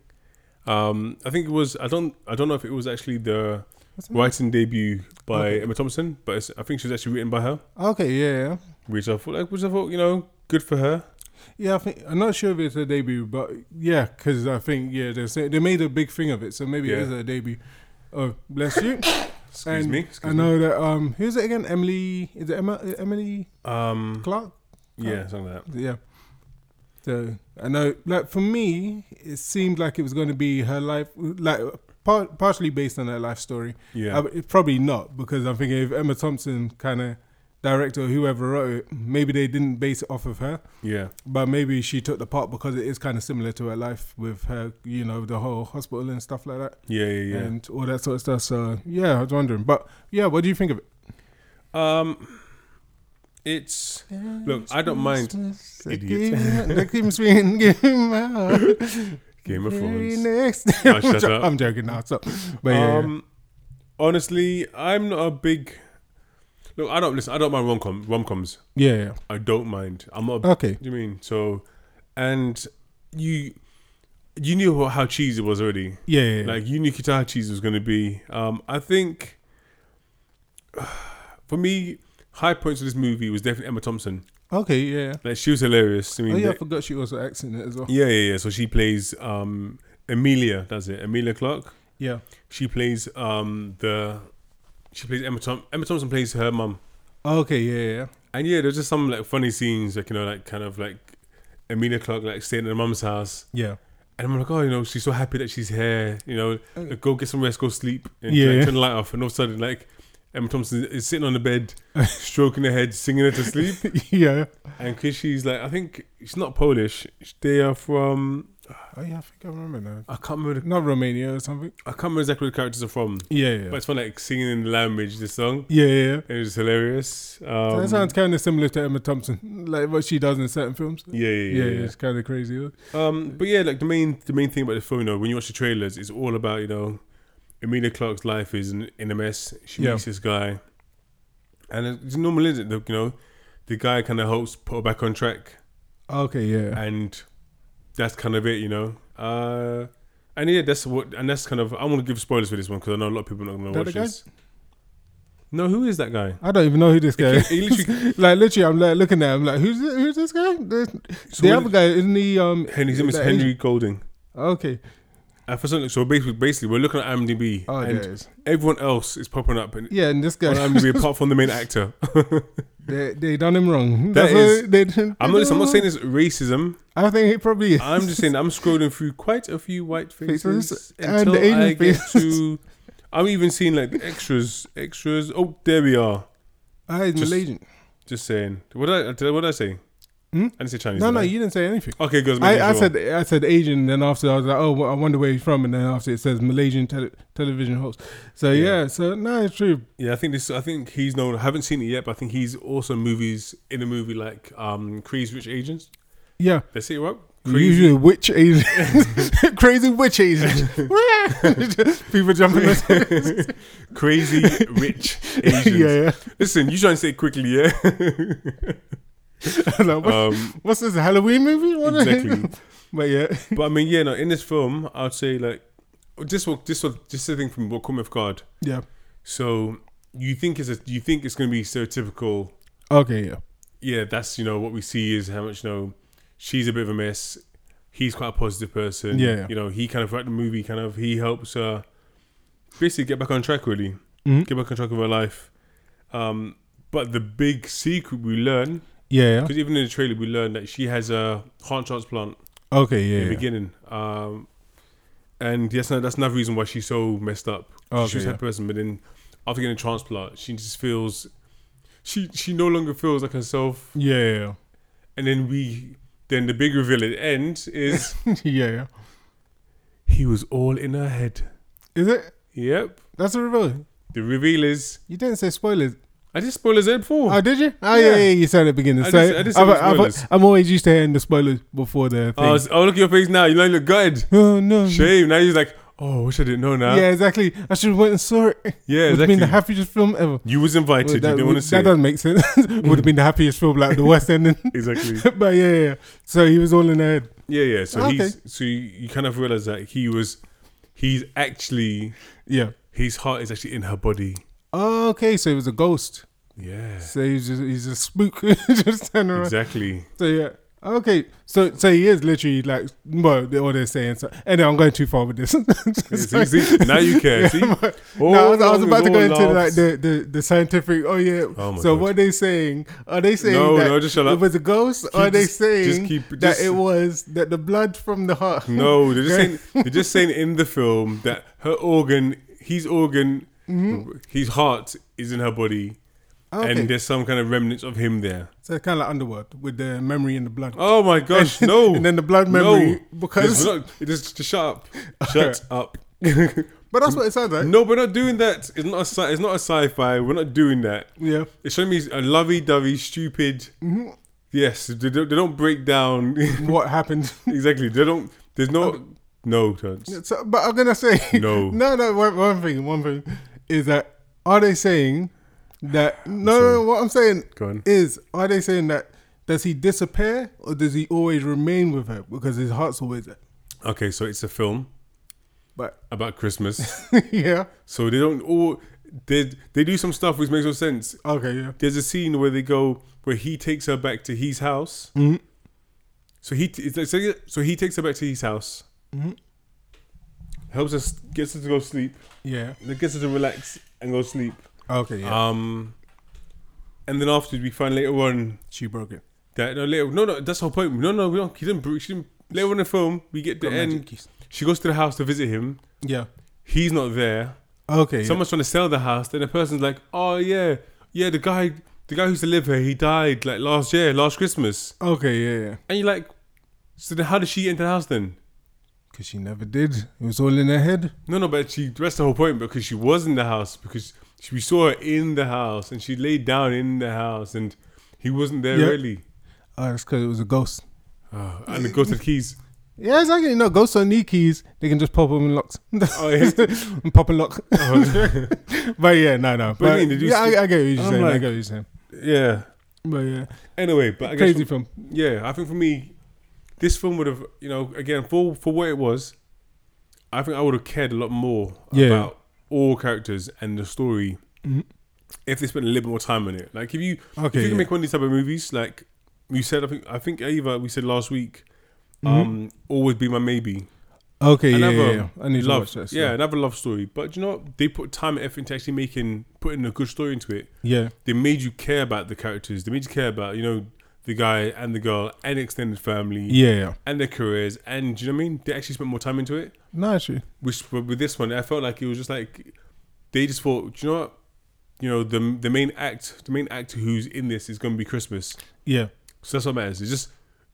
Speaker 1: Um, I think it was I don't I don't know if it was actually the
Speaker 2: What's
Speaker 1: writing debut by
Speaker 2: Okay.
Speaker 1: Emma Thompson, but it's, I think she was actually written by her,
Speaker 2: Okay, yeah, yeah.
Speaker 1: which I thought like which I thought you know good for her.
Speaker 2: Yeah, I think I'm not sure if it's a debut, but yeah, because I think yeah they say, they made a big thing of it, so maybe it
Speaker 1: Yeah.
Speaker 2: is a debut. Oh, bless you.
Speaker 1: Excuse
Speaker 2: And
Speaker 1: me. Excuse
Speaker 2: I know that um, who's it again? Emily is it Emma Emily
Speaker 1: me. Um,
Speaker 2: Clark?
Speaker 1: yeah, something like that.
Speaker 2: Yeah. So I know, like for me, it seemed like it was going to be her life, like par- partially based on her life story.
Speaker 1: Yeah,
Speaker 2: I- it- probably not because I'm thinking if Emma Thompson kind of director or whoever wrote it, maybe they didn't base it off of her,
Speaker 1: Yeah.
Speaker 2: but maybe she took the part because it is kind of similar to her life with her, you know, the whole hospital and stuff like that,
Speaker 1: Yeah. Yeah. Yeah.
Speaker 2: and all that sort of stuff. So yeah, I was wondering, but yeah, what do you think of it?
Speaker 1: Um, it's Look, I don't mind-
Speaker 2: Christmas,
Speaker 1: Idiot.
Speaker 2: again, the Christmas ring, give my heart.
Speaker 1: Game of
Speaker 2: Very
Speaker 1: Thrones.
Speaker 2: next.
Speaker 1: No,
Speaker 2: I'm,
Speaker 1: shut
Speaker 2: jo-
Speaker 1: up.
Speaker 2: I'm joking now. Stop. But yeah, yeah.
Speaker 1: Um, honestly, I'm not a big. Look, I don't listen. I don't mind rom com rom coms.
Speaker 2: yeah, yeah.
Speaker 1: I don't mind. I'm not. A,
Speaker 2: Okay.
Speaker 1: What do you mean? So, and you, you knew how cheesy it was already.
Speaker 2: Yeah, yeah, yeah.
Speaker 1: Like you knew guitar cheese was going to be. Um, I think for me, high points of this movie was definitely Emma Thompson.
Speaker 2: okay, yeah. yeah.
Speaker 1: Like she was hilarious. I mean,
Speaker 2: oh, yeah, I
Speaker 1: the-
Speaker 2: forgot she also acts in it as well.
Speaker 1: yeah, yeah, yeah. So she plays um, Amelia. Does it Amelia Clark?
Speaker 2: Yeah.
Speaker 1: She plays um, the. She plays Emma Thompson. Emma Thompson plays her mum.
Speaker 2: Okay, yeah, yeah.
Speaker 1: And yeah, there's just some like funny scenes, like you know, like kind of like Amelia Clark like staying at her mum's house.
Speaker 2: Yeah.
Speaker 1: And I'm like, oh, you know, she's so happy that she's here. You know,
Speaker 2: Okay.
Speaker 1: go get some rest, go sleep, and
Speaker 2: Oh. Yeah.
Speaker 1: like, turn the light off. And all of a sudden, like Emma Thompson is sitting on the bed, stroking her head, singing her to sleep.
Speaker 2: yeah.
Speaker 1: And because she's like, I think she's not Polish. They are from
Speaker 2: Oh, yeah, I think I remember now.
Speaker 1: I can't remember. The,
Speaker 2: Not Romania or something.
Speaker 1: I can't remember exactly where the characters are from.
Speaker 2: Yeah, yeah.
Speaker 1: But it's fun, like singing in the language the song.
Speaker 2: yeah, yeah. yeah.
Speaker 1: It was hilarious. Um,
Speaker 2: that sounds kind of similar to Emma Thompson, like what she does in certain films.
Speaker 1: yeah, yeah, yeah. yeah.
Speaker 2: it's kind of crazy. though.
Speaker 1: Um, but yeah, like the main the main thing about the film, you know, when you watch the trailers, it's all about you know, Amelia Clark's life is in, in a mess. She
Speaker 2: Yeah.
Speaker 1: meets this guy, and it's normal, is it? Look, You know, the guy kind of helps put her back on track,
Speaker 2: Okay, yeah.
Speaker 1: and that's kind of it, you know. Uh, and yeah, that's what, and that's kind of. I want to give spoilers for this one because I know a lot of people are not going to
Speaker 2: That
Speaker 1: watch
Speaker 2: the guy?
Speaker 1: this. No, who is that guy?
Speaker 2: I don't even know who this guy is.
Speaker 1: He literally,
Speaker 2: like literally, I'm like looking at him like, who's this, who's this guy? This-
Speaker 1: so
Speaker 2: the
Speaker 1: when-
Speaker 2: other guy isn't he? Um,
Speaker 1: Henry, his name is
Speaker 2: that-
Speaker 1: Henry Golding.
Speaker 2: Okay,
Speaker 1: Uh, for something, so basically, basically, we're looking at IMDb,
Speaker 2: oh there
Speaker 1: and
Speaker 2: it is.
Speaker 1: everyone else is popping up, and
Speaker 2: Yeah, and this guy,
Speaker 1: on IMDb apart from the main actor.
Speaker 2: they, they done him wrong.
Speaker 1: That
Speaker 2: That's what
Speaker 1: is-
Speaker 2: they did-
Speaker 1: I'm not. I'm not saying it's racism.
Speaker 2: I think he probably is.
Speaker 1: I'm just saying I'm scrolling through quite a few white faces,
Speaker 2: Faces and
Speaker 1: until
Speaker 2: Asian
Speaker 1: I get
Speaker 2: faces.
Speaker 1: to. I'm even seeing like the extras, extras. Oh, there we are.
Speaker 2: Ah, he's
Speaker 1: just-
Speaker 2: Malaysian.
Speaker 1: Just saying. What did I? did I- What did I say?
Speaker 2: Hmm?
Speaker 1: I didn't say Chinese.
Speaker 2: No,
Speaker 1: did
Speaker 2: no,
Speaker 1: I?
Speaker 2: you didn't say anything.
Speaker 1: Okay, good.
Speaker 2: I, I said I said Asian, and then after I was like, oh, well, I wonder where he's from, and then after it says Malaysian tele- television host. So
Speaker 1: Yeah.
Speaker 2: yeah, so no, it's true.
Speaker 1: Yeah, I think this. I think he's known. I haven't seen it yet, but I think he's also in movies in a movie like um Crazy Rich Asians.
Speaker 2: Yeah,
Speaker 1: They say it right.
Speaker 2: usually witch Asian, crazy witch Asian. People jumping. on-
Speaker 1: Crazy, crazy rich Asians.
Speaker 2: yeah, yeah.
Speaker 1: Listen, you trying to say it quickly, yeah?
Speaker 2: I'm like, what-
Speaker 1: um,
Speaker 2: What's this a Halloween movie? What the-
Speaker 1: exactly.
Speaker 2: but yeah,
Speaker 1: But I mean, yeah, no. In this film, I'd say like just what just what just the thing from what come of God.
Speaker 2: yeah.
Speaker 1: So you think it's a, you think it's going to be stereotypical.
Speaker 2: Okay, yeah,
Speaker 1: Yeah, that's you know what we see is how much you know she's a bit of a mess. He's quite a positive person.
Speaker 2: Yeah.
Speaker 1: you know he kind of throughout the movie kind of he helps her basically get back on track really,
Speaker 2: Mhm.
Speaker 1: get back on track of her life. Um, but the big secret we learn
Speaker 2: yeah, yeah.
Speaker 1: because even in the trailer we learn that she has a heart transplant.
Speaker 2: Okay,
Speaker 1: in the
Speaker 2: yeah, yeah.
Speaker 1: beginning. Um, and yes, no, that's another reason why she's so messed up.
Speaker 2: Oh, Okay,
Speaker 1: she was
Speaker 2: yeah.
Speaker 1: that person, but then after getting a transplant, she just feels she she no longer feels like herself.
Speaker 2: Yeah,
Speaker 1: And then we then the big reveal at the end is
Speaker 2: yeah, yeah, yeah.
Speaker 1: he was all in her head.
Speaker 2: Is it?
Speaker 1: Yep.
Speaker 2: That's a reveal.
Speaker 1: The reveal is
Speaker 2: You didn't say spoilers.
Speaker 1: I just spoiled his head before.
Speaker 2: Oh, did you? Oh,
Speaker 1: Yeah.
Speaker 2: yeah, yeah, you said at the beginning.
Speaker 1: I
Speaker 2: so
Speaker 1: just- I just said
Speaker 2: I've-
Speaker 1: the
Speaker 2: I've-
Speaker 1: spoilers.
Speaker 2: I'm always used to hearing the spoilers before the thing.
Speaker 1: oh, s- oh, look at your face now. You know you look gutted.
Speaker 2: oh no.
Speaker 1: Shame. Now he's like, oh, I wish I didn't know now.
Speaker 2: Yeah, exactly. I should have went and saw it.
Speaker 1: yeah
Speaker 2: Would have
Speaker 1: exactly.
Speaker 2: been the happiest film ever.
Speaker 1: you was
Speaker 2: Well,
Speaker 1: invited.
Speaker 2: that
Speaker 1: you didn't
Speaker 2: would-
Speaker 1: want to see.
Speaker 2: that
Speaker 1: it.
Speaker 2: doesn't make sense. would have been the happiest film, like the West End.
Speaker 1: Exactly.
Speaker 2: but yeah, yeah, yeah. So he was all in the head.
Speaker 1: Yeah, yeah. So
Speaker 2: Okay.
Speaker 1: he's so you, you kind of realize that he was he's actually
Speaker 2: Yeah.
Speaker 1: his heart is actually in her body.
Speaker 2: Okay, so he was a ghost.
Speaker 1: Yeah.
Speaker 2: So he's just he's a spook just standing around.
Speaker 1: Exactly.
Speaker 2: So yeah. Okay, so so he is literally like well, they- what they're saying. So, anyway, I'm going too far with this.
Speaker 1: see, see, now you care. See, All
Speaker 2: no, I was, I was
Speaker 1: wrong
Speaker 2: about
Speaker 1: is
Speaker 2: to go
Speaker 1: all
Speaker 2: into like
Speaker 1: laughs.
Speaker 2: the, the, the scientific. Oh yeah.
Speaker 1: Oh my
Speaker 2: so
Speaker 1: God.
Speaker 2: what are they saying? Are they saying
Speaker 1: No,
Speaker 2: that
Speaker 1: no, just shut
Speaker 2: it
Speaker 1: up.
Speaker 2: was a ghost?
Speaker 1: Keep-
Speaker 2: or are they
Speaker 1: just- just
Speaker 2: saying
Speaker 1: keep-
Speaker 2: that
Speaker 1: just-
Speaker 2: it was that the blood from the heart?
Speaker 1: No, they're just saying they're just saying in the film that her organ, his organ, his heart is in her body,
Speaker 2: Mm-hmm. Ah, Okay.
Speaker 1: and there's some kind of remnants of him there.
Speaker 2: so kind of like Underworld with the memory and the blood.
Speaker 1: Oh my gosh, no!
Speaker 2: and then the blood
Speaker 1: No.
Speaker 2: memory because.
Speaker 1: There's not- it is- just shut up, shut up.
Speaker 2: but that's what it sounds like.
Speaker 1: no, we're not doing that. It's not a sci- it's not a sci-fi. We're not doing that.
Speaker 2: Yeah.
Speaker 1: It's showing me a lovey-dovey, stupid.
Speaker 2: Mm-hmm.
Speaker 1: Yes, they don't, they don't break down
Speaker 2: What happened?
Speaker 1: exactly. They don't. There's no
Speaker 2: Um,
Speaker 1: no turns.
Speaker 2: So, but I'm gonna say
Speaker 1: No.
Speaker 2: no, no. One, one thing, one thing is that are they saying that no, no, no, What I'm saying
Speaker 1: Go on.
Speaker 2: is, are they saying that does he disappear or does he always remain with her because his heart's always there?
Speaker 1: Okay, so it's a film
Speaker 2: But
Speaker 1: about Christmas.
Speaker 2: yeah,
Speaker 1: so they don't all they they do some stuff which makes no sense.
Speaker 2: okay, yeah,
Speaker 1: There's a scene where they go where he takes her back to his house.
Speaker 2: Mm-hmm.
Speaker 1: So he t- it's like- so he- so he takes her back to his house.
Speaker 2: Mm-hmm.
Speaker 1: Helps us gets her to go sleep.
Speaker 2: yeah,
Speaker 1: Gets her to relax and go sleep.
Speaker 2: okay, yeah.
Speaker 1: Um, and then afterwards we find later on
Speaker 2: she broke it.
Speaker 1: that no later no no that's the whole point. No no we don't he didn't bro- she didn't later on in the film we get the
Speaker 2: Got magic
Speaker 1: end.
Speaker 2: keys.
Speaker 1: She goes to the house to visit him.
Speaker 2: Yeah.
Speaker 1: He's not there.
Speaker 2: Okay. yeah.
Speaker 1: Someone's trying to sell the house. Then the person's like, "Oh yeah, yeah, the guy, the guy who used to live here, he died like last year, last Christmas."
Speaker 2: okay. Yeah. Yeah.
Speaker 1: And you're like, "So then how did she enter the house then?"
Speaker 2: Because she never did. It was all in her head.
Speaker 1: No, no, but she that's the whole point because she was in the house because she, we saw her in the house and she laid down in the house and he wasn't there
Speaker 2: Yeah.
Speaker 1: really.
Speaker 2: Oh, that's because it was a ghost.
Speaker 1: Oh, and the ghosted keys.
Speaker 2: Yeah, exactly. No, ghosts don't need keys. They can just pop them in locks.
Speaker 1: Oh, yeah.
Speaker 2: and pop a lock. but yeah, no, no. But,
Speaker 1: But I mean, did you
Speaker 2: yeah,
Speaker 1: see-
Speaker 2: I, I get what you're
Speaker 1: I'm
Speaker 2: saying. I
Speaker 1: like-
Speaker 2: get what you're saying.
Speaker 1: yeah.
Speaker 2: But yeah,
Speaker 1: Anyway, but I guess
Speaker 2: crazy film.
Speaker 1: yeah, I think for me, this film would have, you know, again for for what it was, I think I would have cared a lot more
Speaker 2: Yeah. Mm-hmm.
Speaker 1: about all characters and the story if they spent a little bit more time on it. Like if you if
Speaker 2: Okay,
Speaker 1: you can
Speaker 2: yeah.
Speaker 1: make one of these type of movies, like you said, I think I think either we said last week, um, always be my maybe.
Speaker 2: Okay, Mm-hmm. yeah,
Speaker 1: Another
Speaker 2: yeah, yeah. I need
Speaker 1: love,
Speaker 2: to watch this.
Speaker 1: yeah, another love story. But do you know what? They put time and effort into actually making putting a good story into it
Speaker 2: yeah,
Speaker 1: they made you care about the characters. They made you care about you know the guy and the girl and extended family
Speaker 2: yeah, yeah.
Speaker 1: and their careers. And do you know what I mean? They actually spent more time into it.
Speaker 2: No, actually,
Speaker 1: Which but with this one, I felt like it was just like they just thought, do you know what? You know the the main act, the main actor who's in this is going to be Christmas.
Speaker 2: yeah,
Speaker 1: So that's what matters. It's just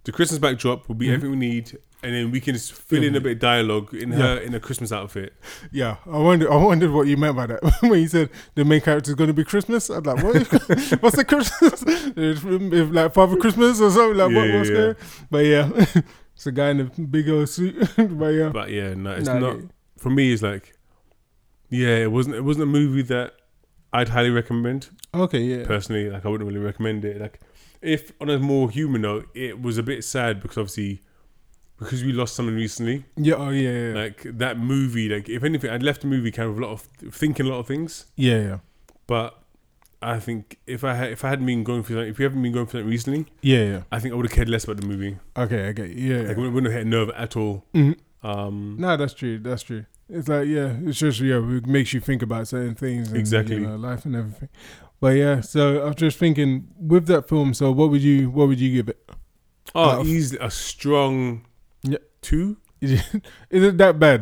Speaker 1: the Christmas backdrop will be everything we need, and then we can just fill in a bit of dialogue in her in a Christmas outfit.
Speaker 2: yeah. I wondered, I wondered what you meant by that when you said the main character is going to be Christmas. I'm like, what? what's the Christmas? if, if, like Father Christmas or something like what,
Speaker 1: Yeah,
Speaker 2: what's
Speaker 1: yeah.
Speaker 2: going? But yeah, it's a guy in a big old suit. but yeah,
Speaker 1: But yeah, no, it's
Speaker 2: Nah,
Speaker 1: not
Speaker 2: yeah.
Speaker 1: for me. It's like, yeah, it wasn't. It wasn't a movie that I'd highly recommend
Speaker 2: okay, yeah.
Speaker 1: personally. Like, I wouldn't really recommend it. Like, if on a more human note, it was a bit sad because obviously, because we lost someone recently.
Speaker 2: Yeah, oh yeah, yeah, yeah.
Speaker 1: Like that movie. Like, if anything, I'd left the movie kind of a lot of thinking a lot of things.
Speaker 2: yeah, yeah,
Speaker 1: But I think if I had, if I hadn't been going through that, if you haven't been going through that recently,
Speaker 2: yeah, yeah.
Speaker 1: I think I would have cared less about the movie.
Speaker 2: Okay, okay, yeah. yeah.
Speaker 1: Like, it wouldn't have hit a nerve at all.
Speaker 2: Mhm.
Speaker 1: Um,
Speaker 2: No, that's true. That's true. It's like yeah, it's just yeah, it makes you think about certain things, and,
Speaker 1: Exactly.
Speaker 2: you know, life and everything. But yeah, so I'm just thinking with that film. So what would you what would you give it? Out
Speaker 1: oh,
Speaker 2: of-
Speaker 1: he's a strong
Speaker 2: Yeah.
Speaker 1: two.
Speaker 2: Is it, is it that bad?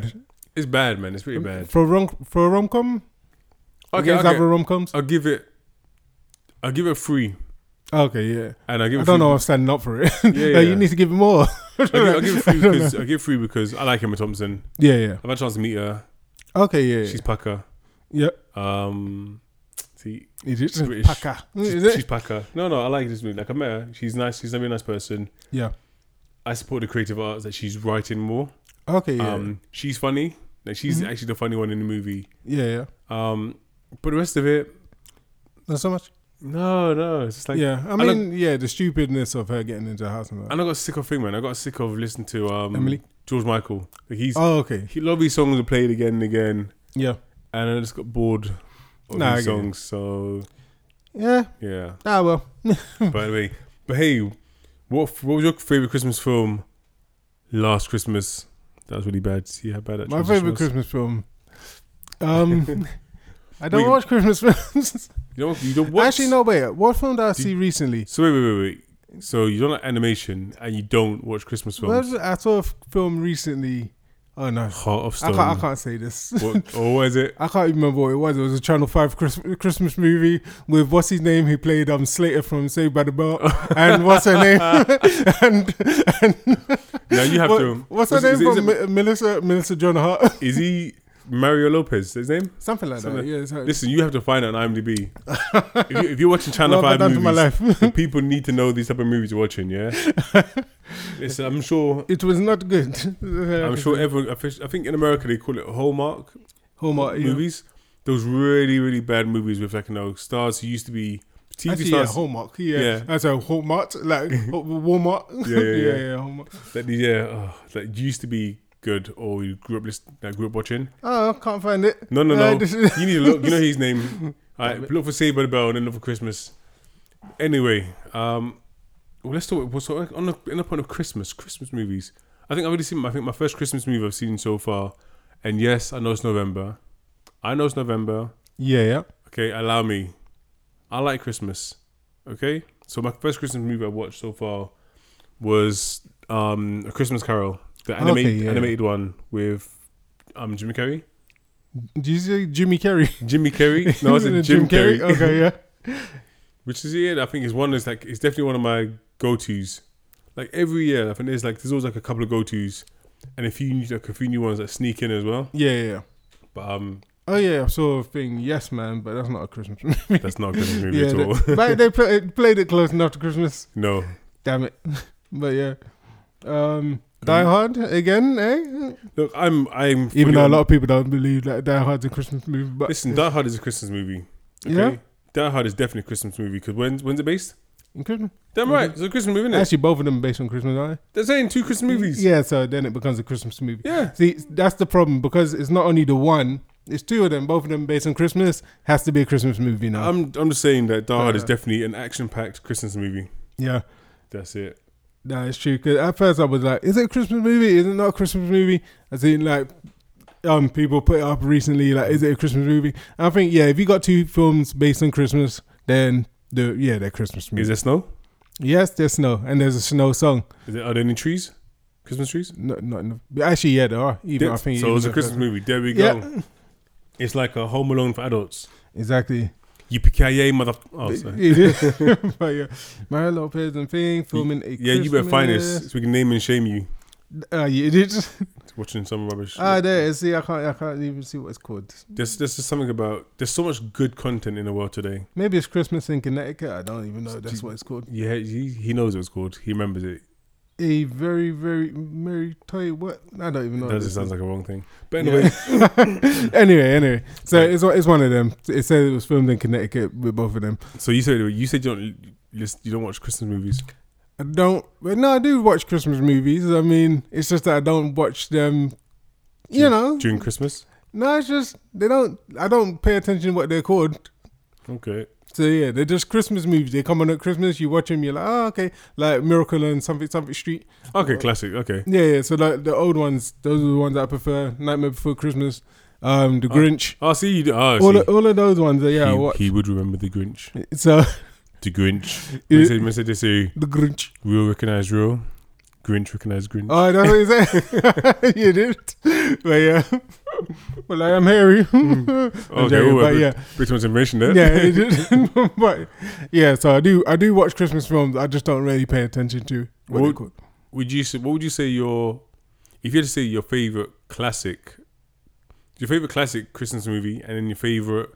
Speaker 1: It's bad, man. It's pretty bad.
Speaker 2: for rom for a rom com?
Speaker 1: Okay, okay.
Speaker 2: other rom coms.
Speaker 1: I'll give it. I'll give it three,
Speaker 2: Okay, yeah.
Speaker 1: and I give. It
Speaker 2: I don't
Speaker 1: three-
Speaker 2: know. if I'm standing up for it.
Speaker 1: Yeah,
Speaker 2: like,
Speaker 1: yeah.
Speaker 2: you need to give it more.
Speaker 1: I'll give, I'll give it three
Speaker 2: I don't
Speaker 1: because I'll give it three because I like Emma Thompson.
Speaker 2: yeah, yeah.
Speaker 1: I've had a chance to meet her.
Speaker 2: Okay, yeah.
Speaker 1: She's pucker.
Speaker 2: yeah.
Speaker 1: Um, see,
Speaker 2: Is it?
Speaker 1: she's British.
Speaker 2: Paka.
Speaker 1: she's,
Speaker 2: Is it?
Speaker 1: she's pucker. No, no, I like this movie. Like I met her. She's nice. She's a very nice person.
Speaker 2: yeah.
Speaker 1: I support the creative arts that she's writing more.
Speaker 2: Okay, yeah. Mm-hmm.
Speaker 1: Um, she's funny. Like she's actually the funny one in the movie.
Speaker 2: yeah, yeah.
Speaker 1: Um, but the rest of it,
Speaker 2: Not so much.
Speaker 1: no, no. It's just like
Speaker 2: yeah, I
Speaker 1: I don't-
Speaker 2: mean, yeah, the stupidness of her getting into the house and that.
Speaker 1: And I got sick of thing, man. I got sick of listening to um,
Speaker 2: Emily?
Speaker 1: George Michael. Like he's
Speaker 2: Oh, okay.
Speaker 1: he, a lot of these songs are played again and again,
Speaker 2: Yeah.
Speaker 1: and I just got bored of
Speaker 2: Nah,
Speaker 1: these
Speaker 2: I get it.
Speaker 1: songs. So
Speaker 2: Yeah.
Speaker 1: yeah.
Speaker 2: Ah, well.
Speaker 1: but anyway, but hey, what f- what was your favorite Christmas film? Last Christmas. That was really bad. See how bad that.
Speaker 2: My
Speaker 1: transition
Speaker 2: favorite
Speaker 1: was?
Speaker 2: Christmas film. Um, I don't
Speaker 1: Wait.
Speaker 2: watch Christmas films.
Speaker 1: You don't. You don't watch.
Speaker 2: Actually, no, wait. What film did I see recently?
Speaker 1: So wait, wait, wait, wait. So you don't like animation, and you don't watch Christmas films.
Speaker 2: What was- I saw a f- film recently. Oh no,
Speaker 1: Heart of
Speaker 2: I
Speaker 1: Stone.
Speaker 2: can't. I can't say this.
Speaker 1: What, or was it?
Speaker 2: I can't even remember what it was. It was a Channel Five Christmas, Christmas movie with what's his name who played um Slater from Saved by the Bell, and what's her name? and and
Speaker 1: Now you have
Speaker 2: what-
Speaker 1: to.
Speaker 2: what's her
Speaker 1: was it-
Speaker 2: name
Speaker 1: is it- is
Speaker 2: from
Speaker 1: it-
Speaker 2: Mi- Melissa Melissa Joan Hart?
Speaker 1: Is he Mario Lopez? Is his name?
Speaker 2: something like
Speaker 1: Something-
Speaker 2: that. Yeah, it's her.
Speaker 1: Listen, you have to find it on IMDb. if, you, if you're watching Channel
Speaker 2: What have I
Speaker 1: Five
Speaker 2: done to
Speaker 1: movies,
Speaker 2: my life?
Speaker 1: the people need to know these type of movies you're watching. Yeah. Listen, I'm sure.
Speaker 2: it was not good.
Speaker 1: I'm sure everyone. I think- I think in America they call it Hallmark
Speaker 2: Hallmark yeah.
Speaker 1: movies. Those really, really bad movies with like you know stars who used to be TV
Speaker 2: Actually, yeah,
Speaker 1: stars.
Speaker 2: Hallmark. Yeah,
Speaker 1: Yeah.
Speaker 2: that's a Hallmark, like Walmart.
Speaker 1: Yeah, yeah, yeah.
Speaker 2: Hallmark.
Speaker 1: that these- yeah, oh, that used to be good or you grew up list, that grew up watching.
Speaker 2: Oh, I can't find it.
Speaker 1: No, no,
Speaker 2: Uh,
Speaker 1: no.
Speaker 2: this is-
Speaker 1: you need to look. You know his name. All right, look for Saved by the Bell and then look for Christmas. Anyway, um, well, let's talk. So on the, on the point of Christmas, Christmas movies. I think I've already seen. I think my first Christmas movie I've seen so far. And yes, I know it's November. I know it's November.
Speaker 2: yeah, yeah.
Speaker 1: Okay, allow me. I like Christmas. Okay, so my first Christmas movie I watched so far was um, a Christmas Carol, the anime,
Speaker 2: Okay, yeah.
Speaker 1: animated one with um, Jimmy Carrey.
Speaker 2: Did you say Jimmy Carrey?
Speaker 1: Jimmy Carrey? No, it's a Jim
Speaker 2: Jim
Speaker 1: Carrey.
Speaker 2: Okay, yeah.
Speaker 1: Which is it? I think is one is like it's definitely one of my go tos. Like every year, I think there's like there's always like a couple of go tos, and a few new- like a few new ones that sneak in as well.
Speaker 2: Yeah, yeah. yeah.
Speaker 1: But um,
Speaker 2: Oh yeah, I saw a thing. Yes, man, but that's not a Christmas movie.
Speaker 1: that's not a Christmas movie
Speaker 2: yeah,
Speaker 1: at all.
Speaker 2: they, but they play, it played it close enough to Christmas.
Speaker 1: no,
Speaker 2: Damn it. but yeah, um, Die Hard again, eh?
Speaker 1: look, I'm I'm
Speaker 2: Even
Speaker 1: fully
Speaker 2: though a
Speaker 1: on-
Speaker 2: lot of people don't believe that Die Hard's a Christmas movie, but
Speaker 1: Listen, Die Hard is a Christmas movie. Okay?
Speaker 2: Yeah?
Speaker 1: Die Hard is definitely a Christmas movie because when's when's it based?
Speaker 2: Christmas.
Speaker 1: Damn right, it's a Christmas movie, isn't it?
Speaker 2: Actually, both of them based on Christmas, aren't
Speaker 1: They're saying two Christmas
Speaker 2: they?
Speaker 1: movies.
Speaker 2: Yeah, so then it becomes a Christmas movie.
Speaker 1: Yeah.
Speaker 2: See, that's the problem because it's not only the one; it's two of them. Both of them based on Christmas. Has to be a Christmas movie now.
Speaker 1: I'm I'm just saying that Die Hard is
Speaker 2: Uh,
Speaker 1: definitely an action packed Christmas movie.
Speaker 2: yeah.
Speaker 1: That's it.
Speaker 2: That is true. Cause at first I was like, "Is it a Christmas movie? Is it not a Christmas movie?" I seen like um people put it up recently, like, "Is it a Christmas movie?" And I think yeah, if you got two films based on Christmas, then the yeah they're Christmas
Speaker 1: Is
Speaker 2: movies.
Speaker 1: there snow?
Speaker 2: yes, there's snow and there's a snow song.
Speaker 1: Is there, are there any trees? Christmas trees?
Speaker 2: No, not in the- actually yeah there are. Even I
Speaker 1: Yes.
Speaker 2: think
Speaker 1: so
Speaker 2: even
Speaker 1: it's a
Speaker 2: the
Speaker 1: Christmas
Speaker 2: first-
Speaker 1: movie. There we go.
Speaker 2: Yeah.
Speaker 1: It's like a Home Alone for adults.
Speaker 2: Exactly.
Speaker 1: Yippee mother! Oh, sorry.
Speaker 2: but yeah, Mario Lopez and thing filming a
Speaker 1: Yeah, you better find this
Speaker 2: Christmas-
Speaker 1: so we can name and shame you.
Speaker 2: Uh, yeah, it is.
Speaker 1: It's watching some rubbish.
Speaker 2: Ah, there. it is. See, I can't. I can't even see what it's called.
Speaker 1: There's there's just something about there's so much good content in the world today.
Speaker 2: Maybe it's Christmas in Connecticut. I don't even know. That's what it's called.
Speaker 1: Yeah, he, he knows what it's called. He remembers it.
Speaker 2: A very, very merry toy. What? I don't even know.
Speaker 1: That
Speaker 2: what
Speaker 1: just
Speaker 2: this
Speaker 1: sounds like a wrong thing. But
Speaker 2: is.
Speaker 1: anyway,
Speaker 2: Yeah. anyway, anyway. So it's one- it's one of them. It said it was filmed in Connecticut with both of them.
Speaker 1: so you said you said you don't listen, you don't watch Christmas movies.
Speaker 2: I don't. But no, I do watch Christmas movies. I mean, it's just that I don't watch them. You
Speaker 1: During-
Speaker 2: know.
Speaker 1: during Christmas.
Speaker 2: No, it's just they don't. I don't pay attention to what they're called.
Speaker 1: Okay,
Speaker 2: So yeah, they're just Christmas movies. They come on at Christmas. You watch them. You're like, oh, okay, like Miracle and something, something Street.
Speaker 1: okay, classic. Okay,
Speaker 2: Yeah, yeah. So like the old ones, those are the ones I prefer. Nightmare Before Christmas, um, The
Speaker 1: Oh,
Speaker 2: Grinch,
Speaker 1: oh, see you. Do, oh,
Speaker 2: all
Speaker 1: see.
Speaker 2: of, all of those ones. That, uh, yeah, I
Speaker 1: he,
Speaker 2: watch.
Speaker 1: he would remember the Grinch.
Speaker 2: So
Speaker 1: The Grinch.
Speaker 2: Yeah.
Speaker 1: Message, message they say
Speaker 2: The Grinch.
Speaker 1: real recognize real, Grinch recognize Grinch.
Speaker 2: Oh, that's what you said. you did, but yeah. Well, I am Harry. I'm
Speaker 1: Hmm. okay,
Speaker 2: joking,
Speaker 1: ooh,
Speaker 2: but
Speaker 1: bit-
Speaker 2: yeah,
Speaker 1: bit too much information there.
Speaker 2: yeah, it did. but yeah, so I do, I do watch Christmas films. I just don't really pay attention to what they're
Speaker 1: What-
Speaker 2: called.
Speaker 1: Would you say? What would you say your? If you had to say your favorite classic, your favorite classic Christmas movie, and then your favorite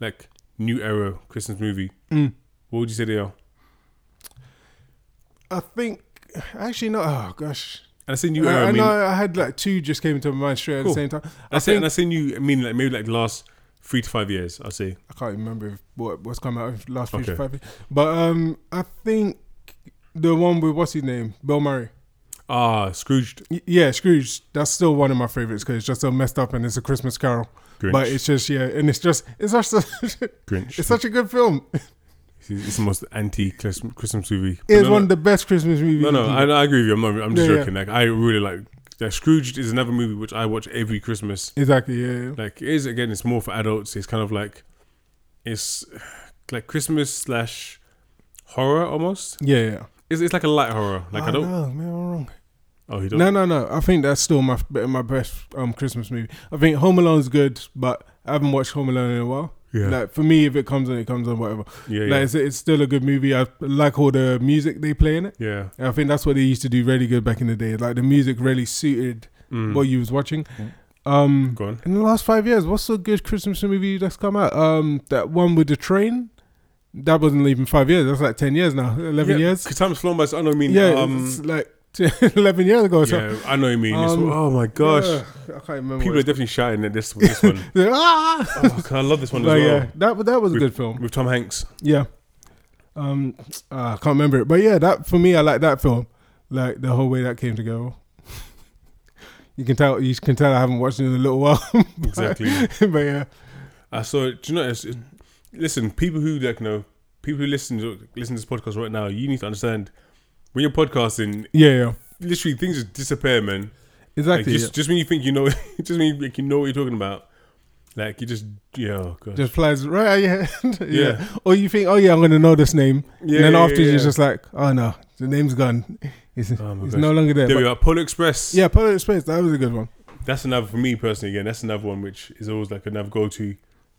Speaker 1: like new era Christmas movie,
Speaker 2: Mm.
Speaker 1: what would you say they are?
Speaker 2: I think actually no. Oh gosh,
Speaker 1: And I say new
Speaker 2: I,
Speaker 1: era. I,
Speaker 2: Uh, I
Speaker 1: mean,
Speaker 2: know I had like two just came into my mind straight
Speaker 1: Cool.
Speaker 2: at the same time.
Speaker 1: I,
Speaker 2: I
Speaker 1: say,
Speaker 2: think-
Speaker 1: and I say new. I mean, like maybe like last three to five years. I'll say.
Speaker 2: I can't remember if, what what's come out of last few
Speaker 1: Okay.
Speaker 2: five years. But um, I think the one with what's his name, Bill Murray.
Speaker 1: Ah, Scrooged.
Speaker 2: Y- yeah, Scrooge. That's still one of my favorites because it's just so messed up and it's a Christmas Carol.
Speaker 1: Grinch.
Speaker 2: But it's just yeah, and it's just it's such a,
Speaker 1: Grinch.
Speaker 2: it's such a good film.
Speaker 1: It's, it's the most anti Christmas movie.
Speaker 2: It's
Speaker 1: no, no,
Speaker 2: one of the best Christmas movies.
Speaker 1: no, no, I, I agree with you. I'm not. I'm just
Speaker 2: Yeah, yeah.
Speaker 1: joking. Like I really like. Like, Scrooged is another movie which I watch every Christmas.
Speaker 2: exactly. Yeah, yeah.
Speaker 1: like it is again it's more for adults it's kind of like it's like christmas slash horror almost
Speaker 2: yeah, yeah.
Speaker 1: it's, it's like a light horror like i
Speaker 2: Oh,
Speaker 1: don't
Speaker 2: No, man, I'm wrong.
Speaker 1: Oh, he does.
Speaker 2: No, no, no. I think that's still my my best um Christmas movie. I think Home Alone's good, but I haven't watched Home Alone in a while.
Speaker 1: Yeah.
Speaker 2: Like for me, if it comes on, it comes on. Whatever.
Speaker 1: yeah,
Speaker 2: Like
Speaker 1: yeah,
Speaker 2: it's, it's still a good movie. I like all the music they play in it.
Speaker 1: yeah.
Speaker 2: And I think that's what they used to do really good back in the day. Like the music really suited
Speaker 1: Mm.
Speaker 2: what you was watching. Um,
Speaker 1: Go on.
Speaker 2: in the last five years, what's a good Christmas movie that's come out? Um, that one with the train. That wasn't even five years. That's like ten years now. Eleven
Speaker 1: yeah,
Speaker 2: years.
Speaker 1: Cause time's flown by. so I know what you mean.
Speaker 2: Yeah,
Speaker 1: um,
Speaker 2: it's like eleven years ago. Or so.
Speaker 1: yeah, I know what you mean. It's-
Speaker 2: Um,
Speaker 1: oh my gosh,
Speaker 2: Ugh, I can't remember.
Speaker 1: people are
Speaker 2: what
Speaker 1: definitely shouting at this this one.
Speaker 2: it's- ah!
Speaker 1: oh, 'cause I love this one
Speaker 2: But
Speaker 1: as well
Speaker 2: yeah, that that was a
Speaker 1: With-
Speaker 2: good film.
Speaker 1: with Tom Hanks.
Speaker 2: Yeah. Um, ah, I can't remember it, but yeah, that for me, I like that film, like the whole way that came together. You can tell, you can tell, I haven't watched it in a little while. but-
Speaker 1: Exactly.
Speaker 2: but yeah,
Speaker 1: I saw it. Do you know? It's, it's, listen, people who like you know, people who listen to listen to this podcast right now, you need to understand when you're podcasting,
Speaker 2: yeah, yeah,
Speaker 1: literally things just disappear, man. Like,
Speaker 2: exactly.
Speaker 1: just
Speaker 2: yeah.
Speaker 1: just when you think you know, just when you, like, you know what you're talking about, like you just yeah, oh, God.
Speaker 2: Just flies right out your hand. yeah.
Speaker 1: Yeah.
Speaker 2: Or you think, oh yeah, I'm gonna know this name,
Speaker 1: yeah.
Speaker 2: and then
Speaker 1: yeah,
Speaker 2: after
Speaker 1: yeah,
Speaker 2: you're
Speaker 1: yeah.
Speaker 2: just like, oh no, the name's gone. It's,
Speaker 1: Oh, my
Speaker 2: it's
Speaker 1: gosh.
Speaker 2: no longer there.
Speaker 1: there
Speaker 2: but-
Speaker 1: we are. Polar Express.
Speaker 2: yeah, Polar Space. That was a good one.
Speaker 1: that's another for me personally. Again, that's another one which is always like another go to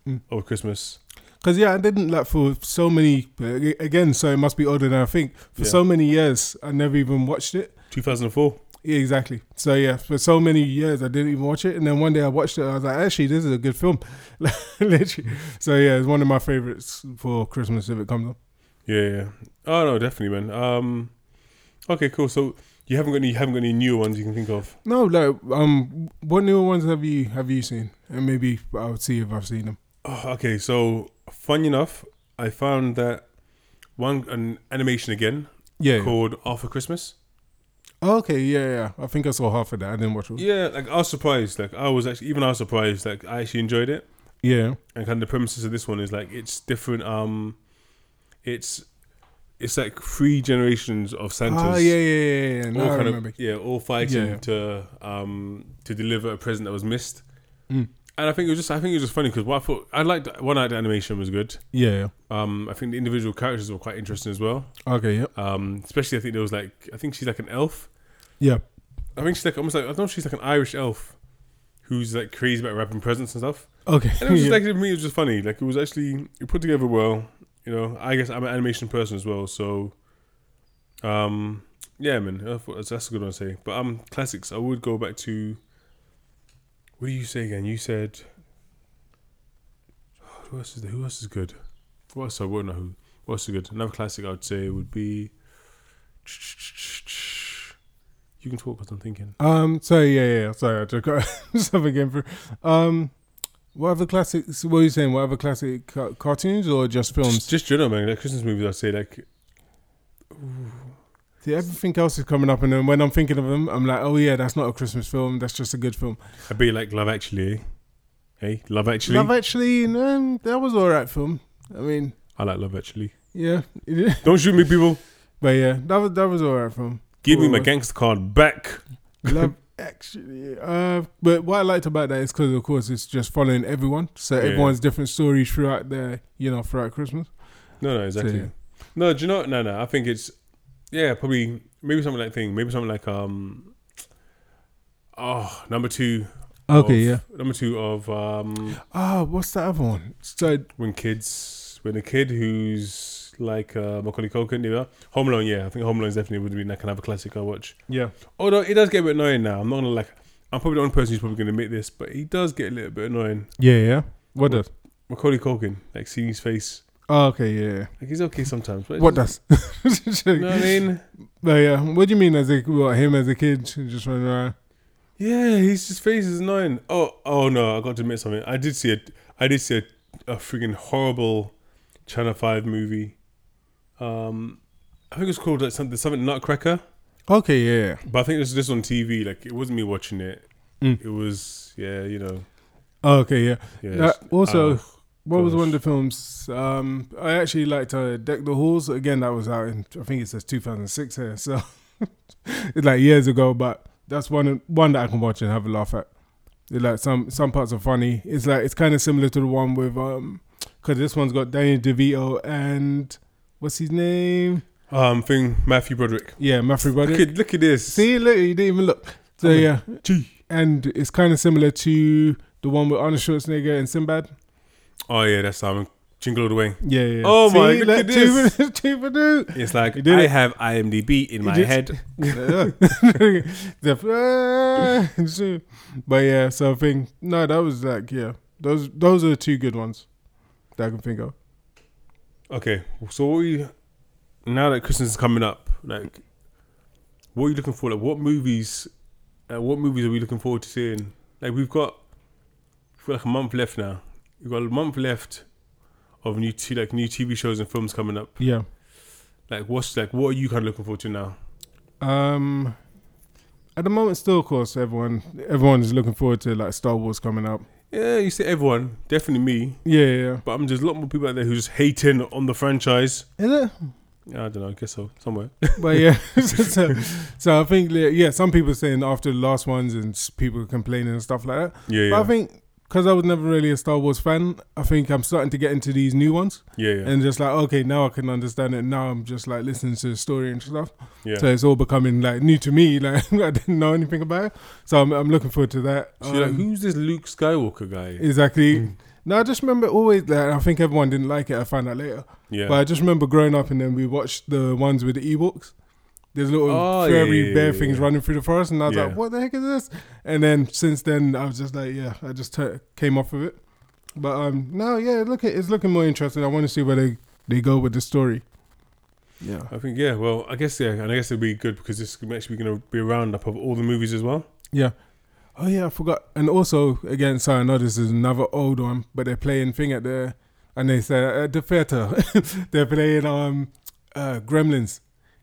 Speaker 2: Mm.
Speaker 1: over Christmas.
Speaker 2: Cause yeah, I didn't like for so many again. So it must be older than I think. For
Speaker 1: Yeah.
Speaker 2: so many years, I never even watched it.
Speaker 1: 2004.
Speaker 2: Yeah, exactly. So yeah, for so many years I didn't even watch it, and then one day I watched it. I was like, actually, this is a good film, Like, literally. So yeah, it's one of my favorites for Christmas if it comes on.
Speaker 1: Yeah, yeah. Oh no, definitely, man. Um, okay, cool. So you haven't got any, you haven't got any newer ones you can think of.
Speaker 2: No, like um, what newer ones have you have you seen? And maybe I'll see if I've seen them.
Speaker 1: Oh, okay, so funny enough, I found that one an animation again
Speaker 2: Yeah. Oh,
Speaker 1: called After Christmas.
Speaker 2: okay. Yeah, yeah. I think I saw half of that. I didn't watch it.
Speaker 1: Yeah, like I was surprised. Like I was actually even I was surprised. Like I actually enjoyed it.
Speaker 2: Yeah.
Speaker 1: And kind of the premises of this one is like it's different. Um, it's it's like three generations of Santas.
Speaker 2: Ah, yeah, yeah, yeah, yeah. yeah.
Speaker 1: all
Speaker 2: Now I
Speaker 1: kind
Speaker 2: remember.
Speaker 1: of yeah, all fighting
Speaker 2: Yeah.
Speaker 1: to um to deliver a present that was missed.
Speaker 2: Mm.
Speaker 1: And I think it was just I think it was just funny because what I thought I liked one night the animation was good.
Speaker 2: yeah, yeah.
Speaker 1: Um, I think the individual characters were quite interesting as well.
Speaker 2: Okay. Yep.
Speaker 1: Um, especially I think there was like I think she's like an elf.
Speaker 2: Yeah.
Speaker 1: I think she's like almost like I don't know if she's like an Irish elf who's like crazy about wrapping presents and stuff.
Speaker 2: Okay.
Speaker 1: And it was just
Speaker 2: yeah.
Speaker 1: like to me it was just funny. Like it was actually it put together well. You know, I guess I'm an animation person as well, so um yeah man, I thought- that's, that's a good one to say. But um classics, I would go back to what do you say again? You said who else is there? who else is good? What else I wouldn't know who what else is good? Another classic I would say would be you can talk because I'm thinking.
Speaker 2: Um. So yeah, yeah. yeah. Sorry, I just got something again for. Um. What other classics? What are you saying? What other classic ca- cartoons or just films?
Speaker 1: Just, just general man, like Christmas movies I'd say like
Speaker 2: See, everything else is coming up, and then when I'm thinking of them, I'm like, oh yeah, that's not a Christmas film. That's just a good film.
Speaker 1: I'd be like Love Actually, eh? Hey, Love Actually.
Speaker 2: Love Actually, um, that was alright film. I mean,
Speaker 1: I like Love Actually.
Speaker 2: yeah,
Speaker 1: Don't shoot me, people.
Speaker 2: but yeah, that was that was alright film.
Speaker 1: Give me my
Speaker 2: Cool.
Speaker 1: gangster card back.
Speaker 2: Love Actually, uh, but what I liked about that is because, of course, it's just following everyone, so
Speaker 1: Yeah.
Speaker 2: everyone's different stories throughout the, you know, throughout Christmas.
Speaker 1: No, no, exactly.
Speaker 2: yeah.
Speaker 1: No, do you know? what? No, no. I think it's yeah, probably maybe something like thing, maybe something like um. Oh, number two. of- Number two of um
Speaker 2: Ah, what's that other one? So
Speaker 1: when kids when a kid who's like uh, Macaulay Culkin, yeah, Home Alone. Yeah, I think Home Alone is definitely would be like another classic I watch.
Speaker 2: yeah,
Speaker 1: Although it does get a bit annoying now. I'm not gonna like. I'm probably the only person who's probably gonna admit this, but he does get a little bit annoying.
Speaker 2: yeah, yeah. What does?
Speaker 1: Macaulay Culkin, like seeing his face,
Speaker 2: Oh, okay, yeah.
Speaker 1: like he's okay sometimes. But
Speaker 2: yeah.
Speaker 1: it's
Speaker 2: What
Speaker 1: just-
Speaker 2: does?
Speaker 1: You know what I mean?
Speaker 2: But yeah, what do you mean as a what, him as a kid just running around?
Speaker 1: Yeah, he's his face is annoying. Oh, oh no! I got to admit something. I did see a, I did see a, a freaking horrible Channel Five movie. Um, I think it was called like something, something Nutcracker.
Speaker 2: Okay, yeah,
Speaker 1: But I think this was just on TV. Like it wasn't me watching it.
Speaker 2: Mm.
Speaker 1: It was yeah, you know.
Speaker 2: okay, yeah.
Speaker 1: Yeah.
Speaker 2: That-
Speaker 1: it's-
Speaker 2: also,
Speaker 1: uh,
Speaker 2: what was
Speaker 1: gosh.
Speaker 2: one of the films? Um, I actually liked uh, Deck the Halls. Again, that was out in I think it says 2006 here, so it's like years ago. But that's one one that I can watch and have a laugh at. It's like some some parts are funny. It's like it's kind of similar to the one with um, because this one's got Danny DeVito and what's his name?
Speaker 1: um thing Matthew Broderick.
Speaker 2: Yeah, Matthew
Speaker 1: Look
Speaker 2: Broderick.
Speaker 1: at, look at this.
Speaker 2: See, look, you didn't even look. So
Speaker 1: I'm a
Speaker 2: yeah,
Speaker 1: Gee.
Speaker 2: and it's kind of similar to the one with Arnold Schwarzenegger and Sinbad.
Speaker 1: Oh yeah, that's um Jingle All the Way.
Speaker 2: Yeah. yeah.
Speaker 1: Oh my,
Speaker 2: See,
Speaker 1: look
Speaker 2: look,
Speaker 1: at this.
Speaker 2: cheaper- cheaper dude.
Speaker 1: It's like
Speaker 2: You did
Speaker 1: I
Speaker 2: it.
Speaker 1: have IMDb in my
Speaker 2: did-
Speaker 1: head.
Speaker 2: The- ah, so- but yeah, so I think no, that was like yeah, those those are two good ones that I can think of.
Speaker 1: Okay, so what we now that Christmas is coming up, like, what are you looking for? Like, what movies? Uh, what movies are we looking forward to seeing? Like, we've got we've got like a month left now. We've got a month left of new t- like new TV shows and films coming up.
Speaker 2: Yeah.
Speaker 1: Like, what's like what are you kind of looking forward to now?
Speaker 2: Um, at the moment, still, of course, everyone everyone is looking forward to like Star Wars coming up.
Speaker 1: Yeah, you see everyone, definitely me,
Speaker 2: Yeah, yeah.
Speaker 1: but I'm there's a lot more people out there who's just hating on the franchise.
Speaker 2: yeah. Is it?
Speaker 1: Yeah, I don't know. I guess so. Somewhere.
Speaker 2: but yeah, so, so- so I think yeah, yeah, some people saying after the last ones and s- people complaining and stuff like that.
Speaker 1: Yeah,
Speaker 2: But
Speaker 1: yeah,
Speaker 2: I think because I was never really a Star Wars fan, I think I'm starting to get into these new ones
Speaker 1: yeah, yeah.
Speaker 2: and just like okay, now I can understand it. Now I'm just like listening to the story and stuff.
Speaker 1: yeah.
Speaker 2: So it's all becoming like new to me. Like I didn't know anything about it, so I'm, I'm looking forward to that.
Speaker 1: So you're like,
Speaker 2: Um,
Speaker 1: who's this Luke Skywalker guy?
Speaker 2: Exactly.
Speaker 1: Mm.
Speaker 2: No, I just remember always that I think everyone didn't like it. I found out later,
Speaker 1: Yeah.
Speaker 2: but I just remember growing up and then we watched the ones with the Ewoks. There's little
Speaker 1: Oh, yeah,
Speaker 2: fairy
Speaker 1: yeah,
Speaker 2: bear
Speaker 1: yeah,
Speaker 2: things
Speaker 1: yeah.
Speaker 2: running through the forest, and I was
Speaker 1: Yeah.
Speaker 2: like, "What the heck is this?" And then since then, I was just like, "Yeah," I just tur- came off of it. But um, no, yeah, look, it- it's looking more interesting. I want to see where they they go with the story. Yeah.
Speaker 1: I think yeah. Well, I guess yeah, and I guess it'll be good because this is actually going to be a roundup of all the movies as well.
Speaker 2: Yeah. Oh yeah, I forgot. And also, again, sorry, I know this is another old one, but they're playing thing at the and they say at the theater. they're playing um uh Gremlins.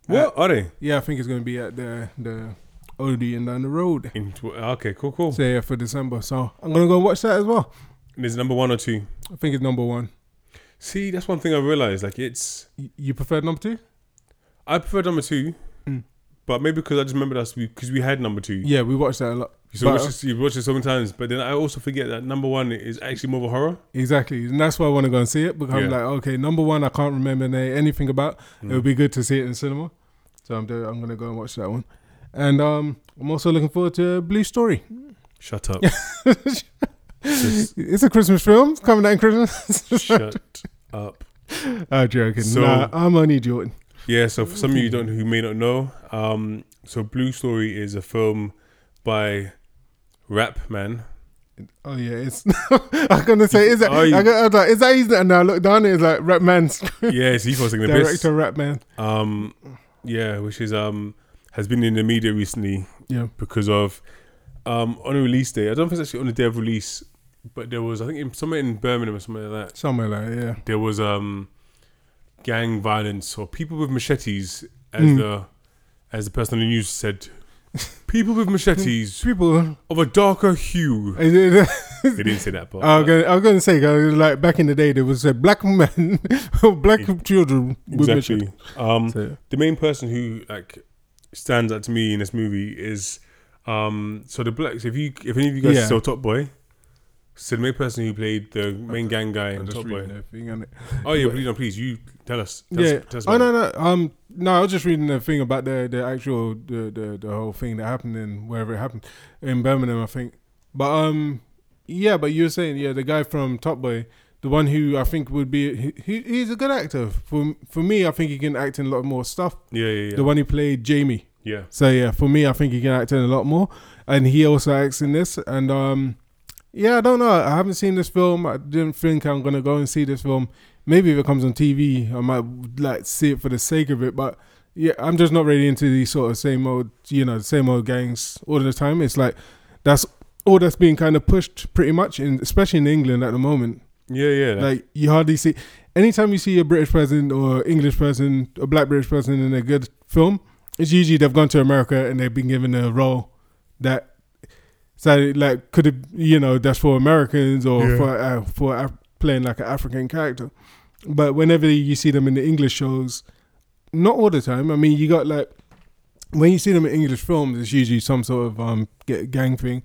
Speaker 2: Uh,
Speaker 1: are they?
Speaker 2: yeah, I think it's gonna be at the the Odeon down the road.
Speaker 1: In tw- okay, cool, cool.
Speaker 2: So yeah, for December. So I'm gonna go watch that as well.
Speaker 1: And There's number one or two.
Speaker 2: I think it's number one.
Speaker 1: See, that's one thing I realized. Like, it's
Speaker 2: Y- You prefer number two?
Speaker 1: I prefer number two,
Speaker 2: Mm.
Speaker 1: but maybe because I just remembered us because we had number two.
Speaker 2: Yeah, we watched that a lot.
Speaker 1: So
Speaker 2: but-
Speaker 1: watch this, you've watched it so many times, but then I also forget that number one is actually more of a horror.
Speaker 2: Exactly, and that's why I want to go and see it because I'm
Speaker 1: Yeah.
Speaker 2: like, okay, number one, I can't remember na- anything about. It would be good to see it in cinema, so I'm do- I'm gonna go and watch that one. And um, I'm also looking forward to Blue Story.
Speaker 1: Shut up. Just
Speaker 2: It's a Christmas film it's coming out in Christmas.
Speaker 1: shut up.
Speaker 2: I'm joking.
Speaker 1: So-
Speaker 2: nah, I'm only joking.
Speaker 1: Yeah, so for some of you don't
Speaker 2: Mm.
Speaker 1: who may not know, um, so Blue Story is a film by Rap Man.
Speaker 2: Oh yeah, it's. I'm gonna say is that?
Speaker 1: Oh, you-
Speaker 2: I, got, I was like, is that? Is that? And I look down, it's like Rap Man's
Speaker 1: Yeah, so he was taking the piss.
Speaker 2: director, Rap Man.
Speaker 1: Um, yeah, which is um has been in the media recently
Speaker 2: Yeah,
Speaker 1: because of um on a release day. I don't think it's actually on the day of release, but there was I think in, somewhere in Birmingham or somewhere like that
Speaker 2: somewhere like that, yeah.
Speaker 1: there was um gang violence or people with machetes as
Speaker 2: Mm.
Speaker 1: the as the person on the news said. People with machetes
Speaker 2: People.
Speaker 1: of a darker hue. They didn't say that, but uh,
Speaker 2: I was, gonna, I was gonna say, 'cause like back in the day, there was a black man, black children with
Speaker 1: exactly. Um,
Speaker 2: So,
Speaker 1: the main person who like stands out to me in this movie is um so the blacks if you if any of you guys
Speaker 2: Yeah.
Speaker 1: saw Top Boy so the main person who played the main gang guy
Speaker 2: I'm
Speaker 1: in
Speaker 2: just
Speaker 1: Top
Speaker 2: reading
Speaker 1: Boy
Speaker 2: the thing, innit?
Speaker 1: oh yeah please no please you tell us tell
Speaker 2: yeah.
Speaker 1: us, tell us
Speaker 2: oh
Speaker 1: about
Speaker 2: no
Speaker 1: it.
Speaker 2: no um no I was just reading the thing about the the actual the the, the whole thing that happened in wherever it happened in Birmingham I think but um yeah but you were saying yeah the guy from Top Boy the one who I think would be he, he he's a good actor for for me I think he can act in a lot more stuff
Speaker 1: yeah yeah yeah
Speaker 2: the one who played Jamie
Speaker 1: yeah
Speaker 2: So yeah, for me, I think he can act in a lot more, and he also acts in this. And um, yeah, I don't know. I haven't seen this film. I didn't think I'm gonna go and see this film. Maybe if it comes on TV, I might like see it for the sake of it. But yeah, I'm just not really into these sort of same old, you know, same old gangs all the time. It's like that's all that's being kind of pushed pretty much, in, especially in England at the moment.
Speaker 1: yeah yeah like,
Speaker 2: Like you hardly see anytime you see a British person or English person, a black British person in a good film, it's usually they've gone to America and they've been given a role that so like could have you know that's for Americans or
Speaker 1: Yeah.
Speaker 2: for uh, for Af- playing like an African character. But whenever you see them in the English shows, not all the time. I mean, you got like when you see them in English films, it's usually some sort of um ga- gang thing.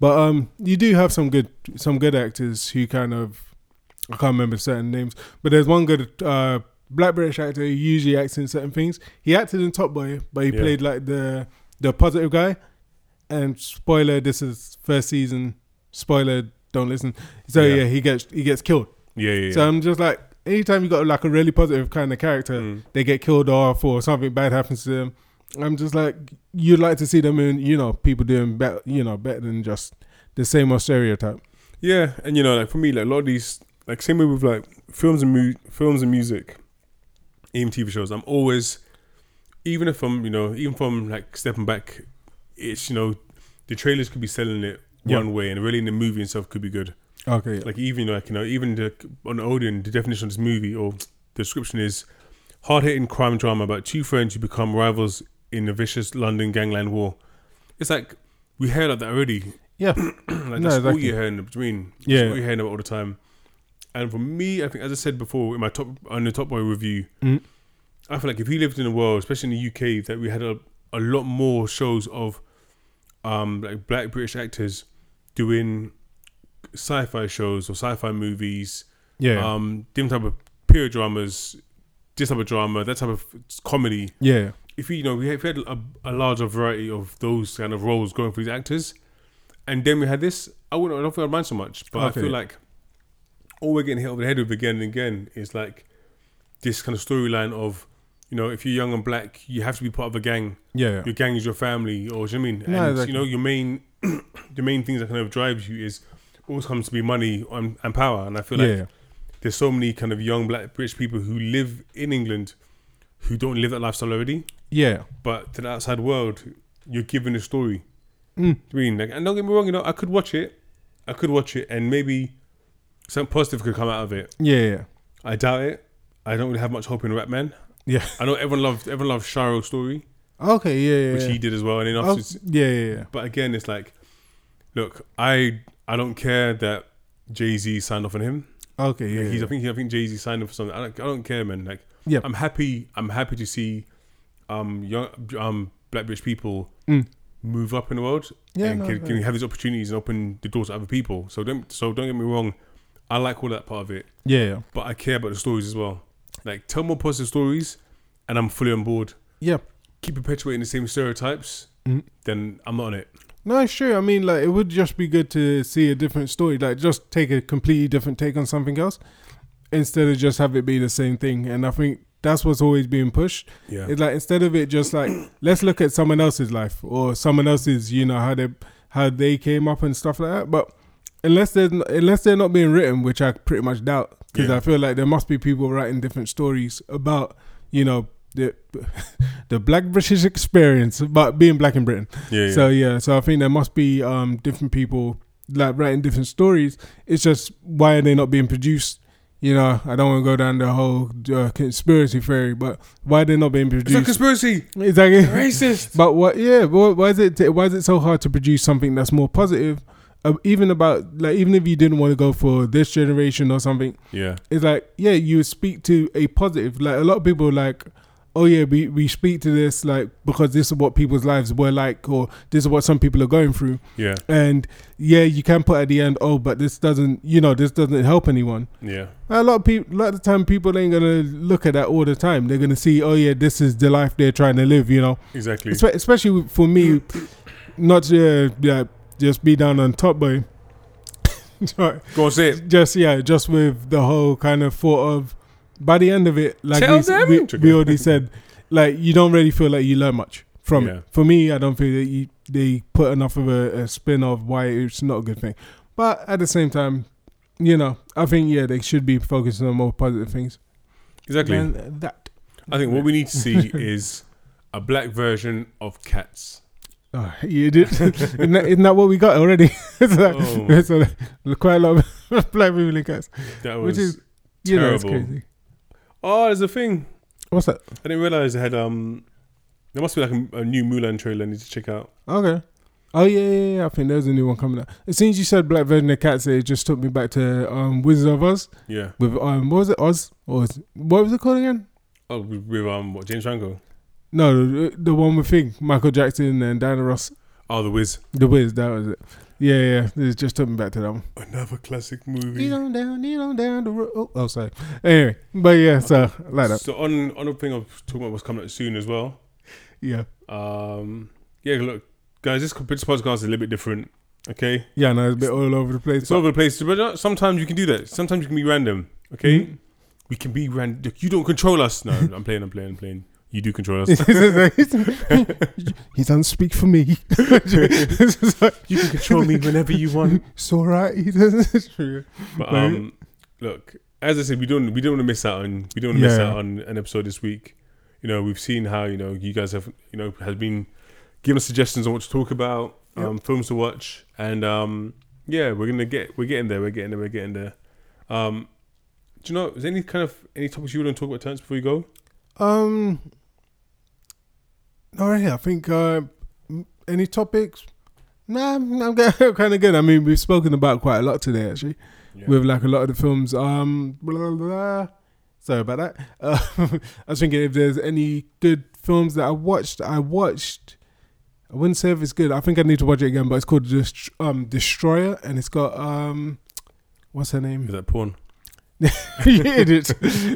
Speaker 2: But um, you do have some good some good actors who kind of I can't remember certain names, but there's one good uh, black British actor who usually acts in certain things. He acted in Top Boy, but he
Speaker 1: Yeah.
Speaker 2: played like the the positive guy. And spoiler, this is first season. Spoiler, don't listen. So
Speaker 1: Yeah.
Speaker 2: yeah, he gets he gets killed.
Speaker 1: Yeah, yeah. yeah.
Speaker 2: So I'm just like, anytime you got like a really positive kind of character,
Speaker 1: Mm.
Speaker 2: they get killed off or something bad happens to them. I'm just like, you'd like to see them in, you know, people doing better, you know, better than just the same old stereotype.
Speaker 1: Yeah, and you know, like for me, like a lot of these, like same way with like films and mu- films and music, even TV shows. I'm always, even if I'm, you know, even from like stepping back, it's you know, the trailers could be selling it
Speaker 2: Yeah.
Speaker 1: one way, and really in the movie itself could be good.
Speaker 2: Okay.
Speaker 1: Like even like you know, even the on Odin, the definition of this movie or description is hard hitting crime drama about two friends who become rivals in a vicious London gangland war. It's like we heard of that already
Speaker 2: yeah.
Speaker 1: like
Speaker 2: No,
Speaker 1: that's all
Speaker 2: exactly.
Speaker 1: you're hearing between.
Speaker 2: Yeah.
Speaker 1: that's all you're hearing about all the time. And for me, I think as I said before in my top on the Top Boy review,
Speaker 2: Mm.
Speaker 1: I feel like if we lived in a world, especially in the UK, that we had a, a lot more shows of um like black British actors doing sci-fi shows or sci-fi movies,
Speaker 2: Yeah.
Speaker 1: um different type of period dramas, this type of drama, that type of comedy.
Speaker 2: yeah.
Speaker 1: If we, you know, we had, if we had a, a larger variety of those kind of roles going for these actors, and then we had this, I wouldn't, I don't think I'd mind so much. But
Speaker 2: Okay.
Speaker 1: I feel like all we're getting hit over the head with again and again is like this kind of storyline of, you know, if you're young and black, you have to be part of a gang.
Speaker 2: Yeah.
Speaker 1: Your gang is your family, or do you know what I mean? And
Speaker 2: No, exactly.
Speaker 1: you know, your main, the main things that kind of drives you is always comes to be money and, and power. And I feel like
Speaker 2: yeah.
Speaker 1: there's so many kind of young black British people who live in England who don't live that lifestyle already
Speaker 2: Yeah.
Speaker 1: but to the outside world, you're given a story.
Speaker 2: Mm.
Speaker 1: I mean, like, and don't get me wrong, you know, I could watch it, I could watch it, and maybe something positive could come out of it.
Speaker 2: Yeah. Yeah.
Speaker 1: I doubt it. I don't really have much hope in Ratman.
Speaker 2: Yeah.
Speaker 1: I know everyone loved everyone loved Shiro's story,
Speaker 2: Okay. Yeah. Yeah.
Speaker 1: which
Speaker 2: yeah.
Speaker 1: he did as well, and then
Speaker 2: Oh,
Speaker 1: obviously,
Speaker 2: yeah. Yeah. Yeah.
Speaker 1: but again, it's like, look, I I don't care that Jay Z signed off on him.
Speaker 2: Okay. Yeah.
Speaker 1: Like, he's, I
Speaker 2: yeah.
Speaker 1: think I think Jay Z signed up for something. I don't, I don't care, man. Like
Speaker 2: Yeah.
Speaker 1: I'm happy. I'm happy to see um young um black British people
Speaker 2: Mm.
Speaker 1: move up in the world
Speaker 2: Yeah,
Speaker 1: and
Speaker 2: no,
Speaker 1: can, can
Speaker 2: very-
Speaker 1: have these opportunities and open the door to other people. So don't so don't get me wrong. I like all that part of it,
Speaker 2: Yeah. Yeah.
Speaker 1: but I care about the stories as well. Like tell more positive stories, and I'm fully on board.
Speaker 2: Yeah.
Speaker 1: Keep perpetuating the same stereotypes,
Speaker 2: Mm.
Speaker 1: then I'm not on it.
Speaker 2: No, it's true. I mean, like, it would just be good to see a different story. Like, just take a completely different take on something else instead of just have it be the same thing. And I think that's what's always being pushed.
Speaker 1: Yeah,
Speaker 2: It's like instead of it just like let's look at someone else's life or someone else's, you know, how they how they came up and stuff like that. But unless they're n- unless they're not being written, which I pretty much doubt, because
Speaker 1: Yeah.
Speaker 2: I feel like there must be people writing different stories about, you know, the the black British experience about being black in Britain.
Speaker 1: yeah, yeah.
Speaker 2: So yeah, so I think there must be um different people like writing different stories. It's just why are they not being produced? You know, I don't want to go down the whole uh, conspiracy theory, but why are they not being
Speaker 1: it's a
Speaker 2: produced?
Speaker 1: conspiracy.
Speaker 2: Exactly.
Speaker 1: Racist.
Speaker 2: But what? Yeah. But why is it? Why is it so hard to produce something that's more positive? Uh, even about like even if you didn't want to go for this generation or something,
Speaker 1: Yeah,
Speaker 2: it's like yeah you speak to a positive like a lot of people like oh yeah we, we speak to this like because this is what people's lives were like or this is what some people are going through
Speaker 1: yeah,
Speaker 2: and yeah you can put at the end oh but this doesn't you know this doesn't help anyone
Speaker 1: yeah,
Speaker 2: a lot of people a lot of the time people ain't gonna look at that all the time they're gonna see oh yeah this is the life they're trying to live you know
Speaker 1: exactly.
Speaker 2: Espe- especially for me, not to uh, yeah, just be down on top, boy. Sorry.
Speaker 1: Go on, say it.
Speaker 2: just yeah, just with the whole kind of thought of by the end of it, like
Speaker 1: Tell
Speaker 2: we,
Speaker 1: them.
Speaker 2: we, we already said, like you don't really feel like you learn much from
Speaker 1: Yeah.
Speaker 2: it. For me, I don't feel that you they put enough of a, a spin of why it's not a good thing. But at the same time, you know, I think yeah, they should be focusing on more positive things.
Speaker 1: Exactly.
Speaker 2: And that.
Speaker 1: I think what we need to see is a black version of cats.
Speaker 2: Oh, you did. isn't, that, isn't that what we got already? it's like,
Speaker 1: Oh.
Speaker 2: it's like, quite a lot of black people in cats.
Speaker 1: That
Speaker 2: Which
Speaker 1: was
Speaker 2: is- You know, it's
Speaker 1: Terrible.
Speaker 2: crazy.
Speaker 1: oh, there's a thing.
Speaker 2: What's that?
Speaker 1: I didn't realize they had um. There must be like a, a new Mulan trailer I need to check out.
Speaker 2: Okay. Oh yeah, yeah, yeah. I think there's a new one coming out. As soon as you said Black Virgin of Cats, it just took me back to um, Wizard of Oz
Speaker 1: Yeah.
Speaker 2: with um, what was it, Oz or is- what was it called again?
Speaker 1: Oh, with, with um, what James Franco?
Speaker 2: No, the, the one with Thing, Michael Jackson and Diana Ross,
Speaker 1: Oh, the Wiz.
Speaker 2: The Wiz. That was it. Yeah, yeah. This just took me back to that one.
Speaker 1: Another classic movie.
Speaker 2: Lead on down, lead on down the road. Oh, oh, sorry. Anyway, but yeah, so I like that.
Speaker 1: So on on the thing I'm talking about what's coming up soon as well.
Speaker 2: Yeah,
Speaker 1: Um, yeah, look, guys, this, this podcast is a little bit different. Okay,
Speaker 2: yeah. No, it's a bit all over the place.
Speaker 1: it's all over the place, but uh, sometimes you can do that. Sometimes you can be random.
Speaker 2: Hmm?
Speaker 1: Okay, we can be random. You don't control us. No, I'm playing. I'm playing. I'm playing. You do control us.
Speaker 2: he doesn't speak for me.
Speaker 1: you can control me whenever you want.
Speaker 2: It's all right. He doesn't. It's true.
Speaker 1: But um, look, as I said, we don't we don't want to miss out on we don't want to miss
Speaker 2: Yeah.
Speaker 1: out on an episode this week. You know, we've seen how you know you guys have you know has been giving us suggestions on what to talk about, um, films to watch, and um, yeah, we're gonna get we're getting there, we're getting there, we're getting there. Um, do you know is there any kind of any topics you want to talk about, Terence, before we go?
Speaker 2: Um. All right. I think. Uh, m- any topics? Nah, I'm kind of good. I mean, we've spoken about quite a lot today, actually,
Speaker 1: Yeah.
Speaker 2: with like a lot of the films. Um, blah, blah, blah. sorry about that. Uh, I was thinking if there's any good films that I watched, I watched. I wouldn't say if it's good. I think I need to watch it again, but it's called Dest- um, Destroyer, and it's got um, what's her name?
Speaker 1: Is that porn?
Speaker 2: you idiot.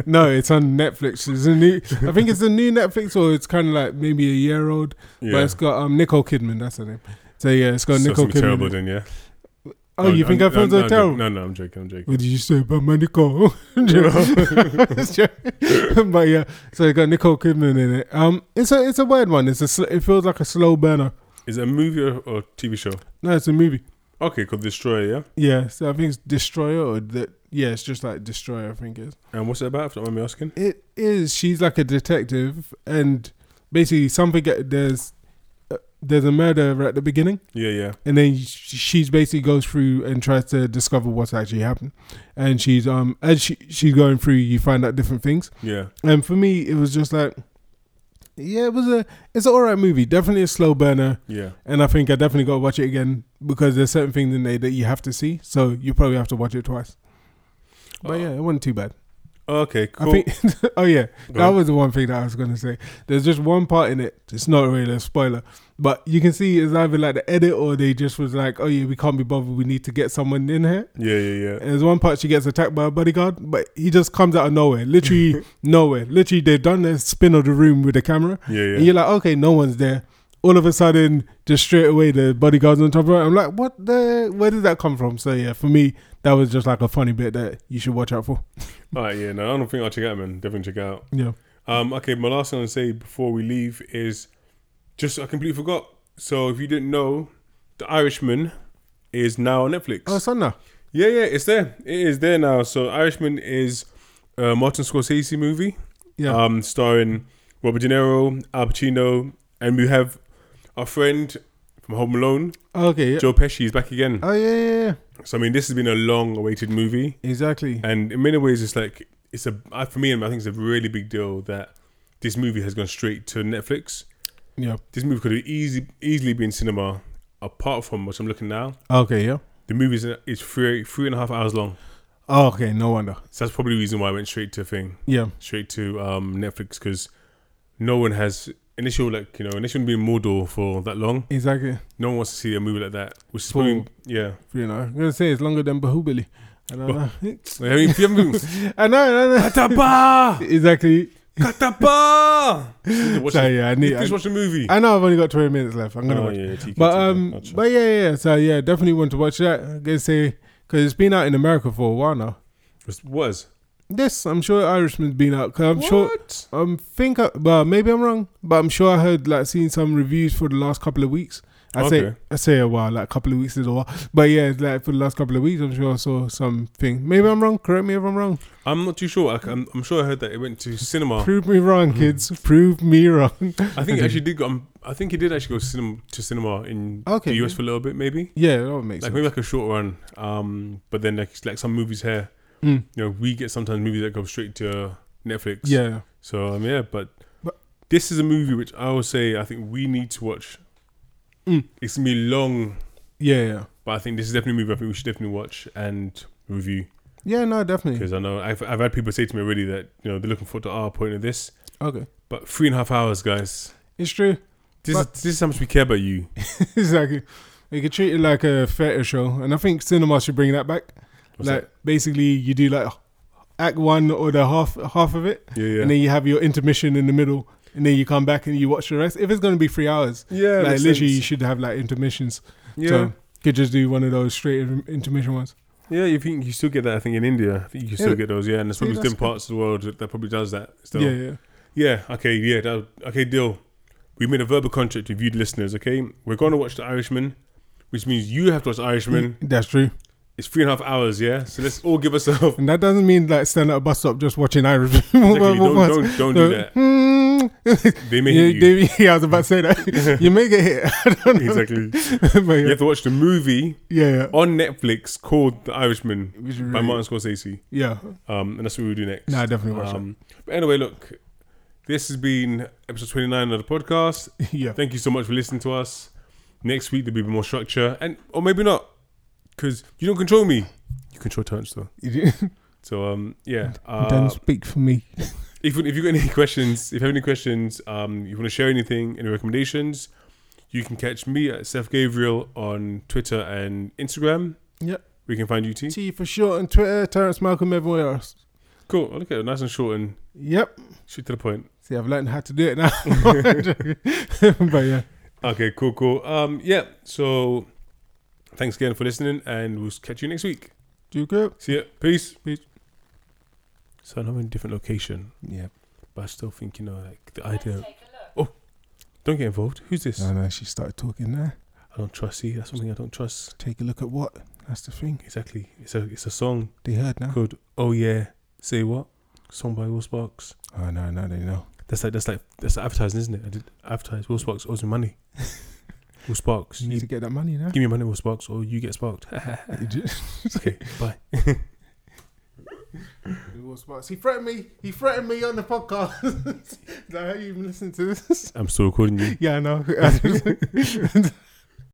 Speaker 2: No, it's on Netflix. It's a new. I think it's a new Netflix, or it's kind of like maybe a year old. But
Speaker 1: Yeah.
Speaker 2: it's got um Nicole Kidman. That's her name. So yeah, it's got
Speaker 1: So
Speaker 2: Nicole
Speaker 1: something
Speaker 2: Kidman.
Speaker 1: terrible then, yeah.
Speaker 2: oh,
Speaker 1: No,
Speaker 2: you
Speaker 1: no,
Speaker 2: think
Speaker 1: no,
Speaker 2: our films
Speaker 1: no,
Speaker 2: are
Speaker 1: no,
Speaker 2: terrible?
Speaker 1: No, no, I'm joking. I'm joking.
Speaker 2: What did you say about my Nicole? You know? It's true. but yeah, so it got Nicole Kidman in it. Um, it's a it's a weird one. It's a sl- it feels like a slow burner.
Speaker 1: Is it a movie or, or TV show?
Speaker 2: No, it's a movie.
Speaker 1: Okay, called Destroyer. Yeah.
Speaker 2: Yeah, so I think it's Destroyer or that. Yeah, it's just like Destroyer. I think it is.
Speaker 1: And what's it about? If you don't mind me asking.
Speaker 2: It is. She's like a detective, and basically something get- there's uh, there's a murder at the beginning,
Speaker 1: Yeah, yeah.
Speaker 2: and then sh- she's basically goes through and tries to discover what's actually happened. And she's um as she she's going through, you find out different things.
Speaker 1: Yeah.
Speaker 2: And for me, it was just like, yeah, it was a it's an alright movie. Definitely a slow burner,
Speaker 1: Yeah.
Speaker 2: and I think I definitely got to watch it again because there's certain things in there that you have to see, so you probably have to watch it twice. But
Speaker 1: Oh.
Speaker 2: yeah, it wasn't too bad.
Speaker 1: Okay, cool.
Speaker 2: I think. oh yeah,
Speaker 1: Go
Speaker 2: that
Speaker 1: on.
Speaker 2: was the one thing that I was gonna say. There's just one part in it. It's not really a spoiler, but you can see it's either like the edit or they just was like, "Oh yeah, we can't be bothered. We need to get someone in here."
Speaker 1: yeah, yeah, yeah.
Speaker 2: And there's one part she gets attacked by a bodyguard, but he just comes out of nowhere, literally nowhere. Literally, they've done their spin of the room with the camera,
Speaker 1: Yeah, yeah.
Speaker 2: and you're like, "Okay, no one's there." All of a sudden, just straight away, the bodyguard's on top of her. I'm like, "What the? Where did that come from?" So yeah, for me, that was just like a funny bit that you should watch out for.
Speaker 1: All right, yeah. No, I don't think I'll check it out, man. Definitely check it out.
Speaker 2: Yeah.
Speaker 1: Um, okay, my last thing I'll say before we leave is just I completely forgot. So if you didn't know, The Irishman is now on Netflix.
Speaker 2: Oh, Sanna.
Speaker 1: yeah, yeah, it's there. It is there now. So Irishman is a Martin Scorsese movie.
Speaker 2: Yeah.
Speaker 1: Um, starring Robert De Niro, Al Pacino, and we have our friend from Home Alone,
Speaker 2: Okay. Yeah.
Speaker 1: Joe Pesci, is back again.
Speaker 2: Oh yeah, yeah, yeah.
Speaker 1: So I mean, this has been a long-awaited movie.
Speaker 2: Exactly.
Speaker 1: And in many ways, it's like it's a I- for me, I think it's a really big deal that this movie has gone straight to Netflix.
Speaker 2: Yeah.
Speaker 1: This movie could have easy, easily been cinema. Apart from what I'm looking now,
Speaker 2: Okay, yeah.
Speaker 1: the movie is, is three three and a half hours long.
Speaker 2: Okay, no wonder.
Speaker 1: So that's probably the reason why I went straight to thing,
Speaker 2: Yeah.
Speaker 1: straight to um, Netflix because no one has initial like you know initial being Mordor for that long.
Speaker 2: Exactly.
Speaker 1: No one wants to see a movie like that. Which is
Speaker 2: Cool.
Speaker 1: probably, yeah.
Speaker 2: You know, I'm gonna say it's longer than Bahubali. I don't know.
Speaker 1: I mean, if you haven't been-
Speaker 2: I know, I know.
Speaker 1: Katapa,
Speaker 2: Exactly.
Speaker 1: Katapa. You need to watch
Speaker 2: So
Speaker 1: it.
Speaker 2: yeah, I
Speaker 1: You
Speaker 2: need.
Speaker 1: need to
Speaker 2: I,
Speaker 1: watch the movie.
Speaker 2: I know I've only got 20 minutes left. I'm gonna
Speaker 1: Oh,
Speaker 2: watch.
Speaker 1: yeah, TK,
Speaker 2: But
Speaker 1: TK,
Speaker 2: um,
Speaker 1: gotcha.
Speaker 2: but yeah, yeah. So yeah, definitely want to watch that. I'm gonna say because it's been out in America for a while now.
Speaker 1: Was- was
Speaker 2: This I'm sure Irishman's been out. Cause I'm sure.
Speaker 1: What?
Speaker 2: I'm think, I, well, maybe I'm wrong, but I'm sure I heard like seen some reviews for the last couple of weeks. I say
Speaker 1: Okay.
Speaker 2: I say a while, like a couple of weeks is a while, but yeah, it's like for the last couple of weeks, I'm sure I saw something. Maybe I'm wrong. Correct me if I'm wrong.
Speaker 1: I'm not too sure. I, am I'm sure I heard that it went to cinema.
Speaker 2: Prove me
Speaker 1: Mm.
Speaker 2: wrong, kids. Prove me wrong.
Speaker 1: I think it actually did go. Um, I think it did actually go to cinema, to cinema in
Speaker 2: Okay.
Speaker 1: the US for a little bit, maybe.
Speaker 2: yeah, that would make
Speaker 1: Like
Speaker 2: sense.
Speaker 1: maybe like a short run. Um, but then like like some movies here,
Speaker 2: Mm.
Speaker 1: you know, we get sometimes movies that go straight to Netflix.
Speaker 2: Yeah,
Speaker 1: So um, yeah, but,
Speaker 2: But-
Speaker 1: this is a movie which I will say I think we need to watch.
Speaker 2: Mm.
Speaker 1: It's gonna be long,
Speaker 2: yeah, yeah,
Speaker 1: but I think this is definitely a movie I think we should definitely watch and review.
Speaker 2: yeah. No, definitely.
Speaker 1: Because I know I've, I've had people say to me already that you know they're looking forward to our point of this,
Speaker 2: Okay,
Speaker 1: but three and a half hours, guys.
Speaker 2: it's true.
Speaker 1: This
Speaker 2: But-
Speaker 1: is this is how much we care about you.
Speaker 2: exactly. They could treat it like a theatre show, and I think cinema should bring that back.
Speaker 1: What's
Speaker 2: like basically, you do like act one or the half half of it,
Speaker 1: Yeah, yeah.
Speaker 2: and then you have your intermission in the middle, and then you come back and you watch the rest. If it's gonna be three hours,
Speaker 1: yeah,
Speaker 2: like
Speaker 1: makes
Speaker 2: literally, you
Speaker 1: sense.
Speaker 2: should have like intermissions.
Speaker 1: yeah,
Speaker 2: So could just do one of those straight in- intermission ones.
Speaker 1: yeah. You think you still get that? I think in India, I think you can still
Speaker 2: Yeah.
Speaker 1: get those. Yeah, and there's
Speaker 2: See,
Speaker 1: probably
Speaker 2: that's
Speaker 1: different
Speaker 2: good.
Speaker 1: parts of the world that, that probably does that still.
Speaker 2: Yeah, yeah.
Speaker 1: Yeah, okay, yeah, that, okay, deal. We made a verbal contract with you listeners, okay? We're going to watch The Irishman, which means you have to watch The Irishman.
Speaker 2: That's true.
Speaker 1: It's three and a half hours, yeah? So let's all give ourselves.
Speaker 2: And that doesn't mean like stand at a bus stop just watching Irish.
Speaker 1: Exactly, don't, don't, don't do that.
Speaker 2: hmm.
Speaker 1: They may hit you.
Speaker 2: yeah, I was about to say that. you may get hit. I don't know.
Speaker 1: exactly.
Speaker 2: But
Speaker 1: You
Speaker 2: yeah,
Speaker 1: have to watch the movie
Speaker 2: yeah, yeah.
Speaker 1: on Netflix called The Irishman
Speaker 2: We should
Speaker 1: by
Speaker 2: really-
Speaker 1: Martin Scorsese.
Speaker 2: Yeah.
Speaker 1: Um, and that's what we do next.
Speaker 2: No, I definitely watch
Speaker 1: Um, but anyway, look, this has been episode 29 of the podcast.
Speaker 2: that. Yeah.
Speaker 1: Thank you so much for listening to us. Next week there'll be more structure, and or maybe not, because you don't control me. You control Terrence though. So um, yeah. Uh,
Speaker 2: Don't speak for me.
Speaker 1: if if you got any questions, if you have any questions, um, you want to share anything, any recommendations, you can catch me at Seth Gabriel on Twitter and Instagram.
Speaker 2: Yep.
Speaker 1: We can find you T.
Speaker 2: T for short on Twitter, Terrence Malcolm, everywhere else.
Speaker 1: Cool. Oh, Look at it, nice and short and
Speaker 2: Yep.
Speaker 1: shoot to the point.
Speaker 2: See, I've learned how to do it now. but yeah.
Speaker 1: Okay. Cool. Cool. Um. Yeah. So, thanks again for listening, and we'll catch you next week.
Speaker 2: Do good.
Speaker 1: See ya. Peace.
Speaker 2: Peace.
Speaker 1: So now I'm in a different location,
Speaker 2: Yeah.
Speaker 1: but I still think you know, like the idea. Oh, don't get involved. Who's this?
Speaker 2: No, no, she started talking there.
Speaker 1: I don't trust. See, that's something I don't trust.
Speaker 2: Take a look at what? That's the thing.
Speaker 1: Exactly. It's a it's a song
Speaker 2: They heard now.
Speaker 1: called Oh Yeah. Say what? Song by Will Sparks.
Speaker 2: Oh, no, no, they know.
Speaker 1: That's like that's like that's like advertising, isn't it? I did advertise. Will Sparks owes me money. Will Sparks,
Speaker 2: You need
Speaker 1: you
Speaker 2: to get that money now.
Speaker 1: give me money, Will Sparks, or you get sparked. okay, bye.
Speaker 2: He threatened me. He threatened me on the podcast. Is that how you even listen to this?
Speaker 1: I'm still recording you.
Speaker 2: Yeah, I know.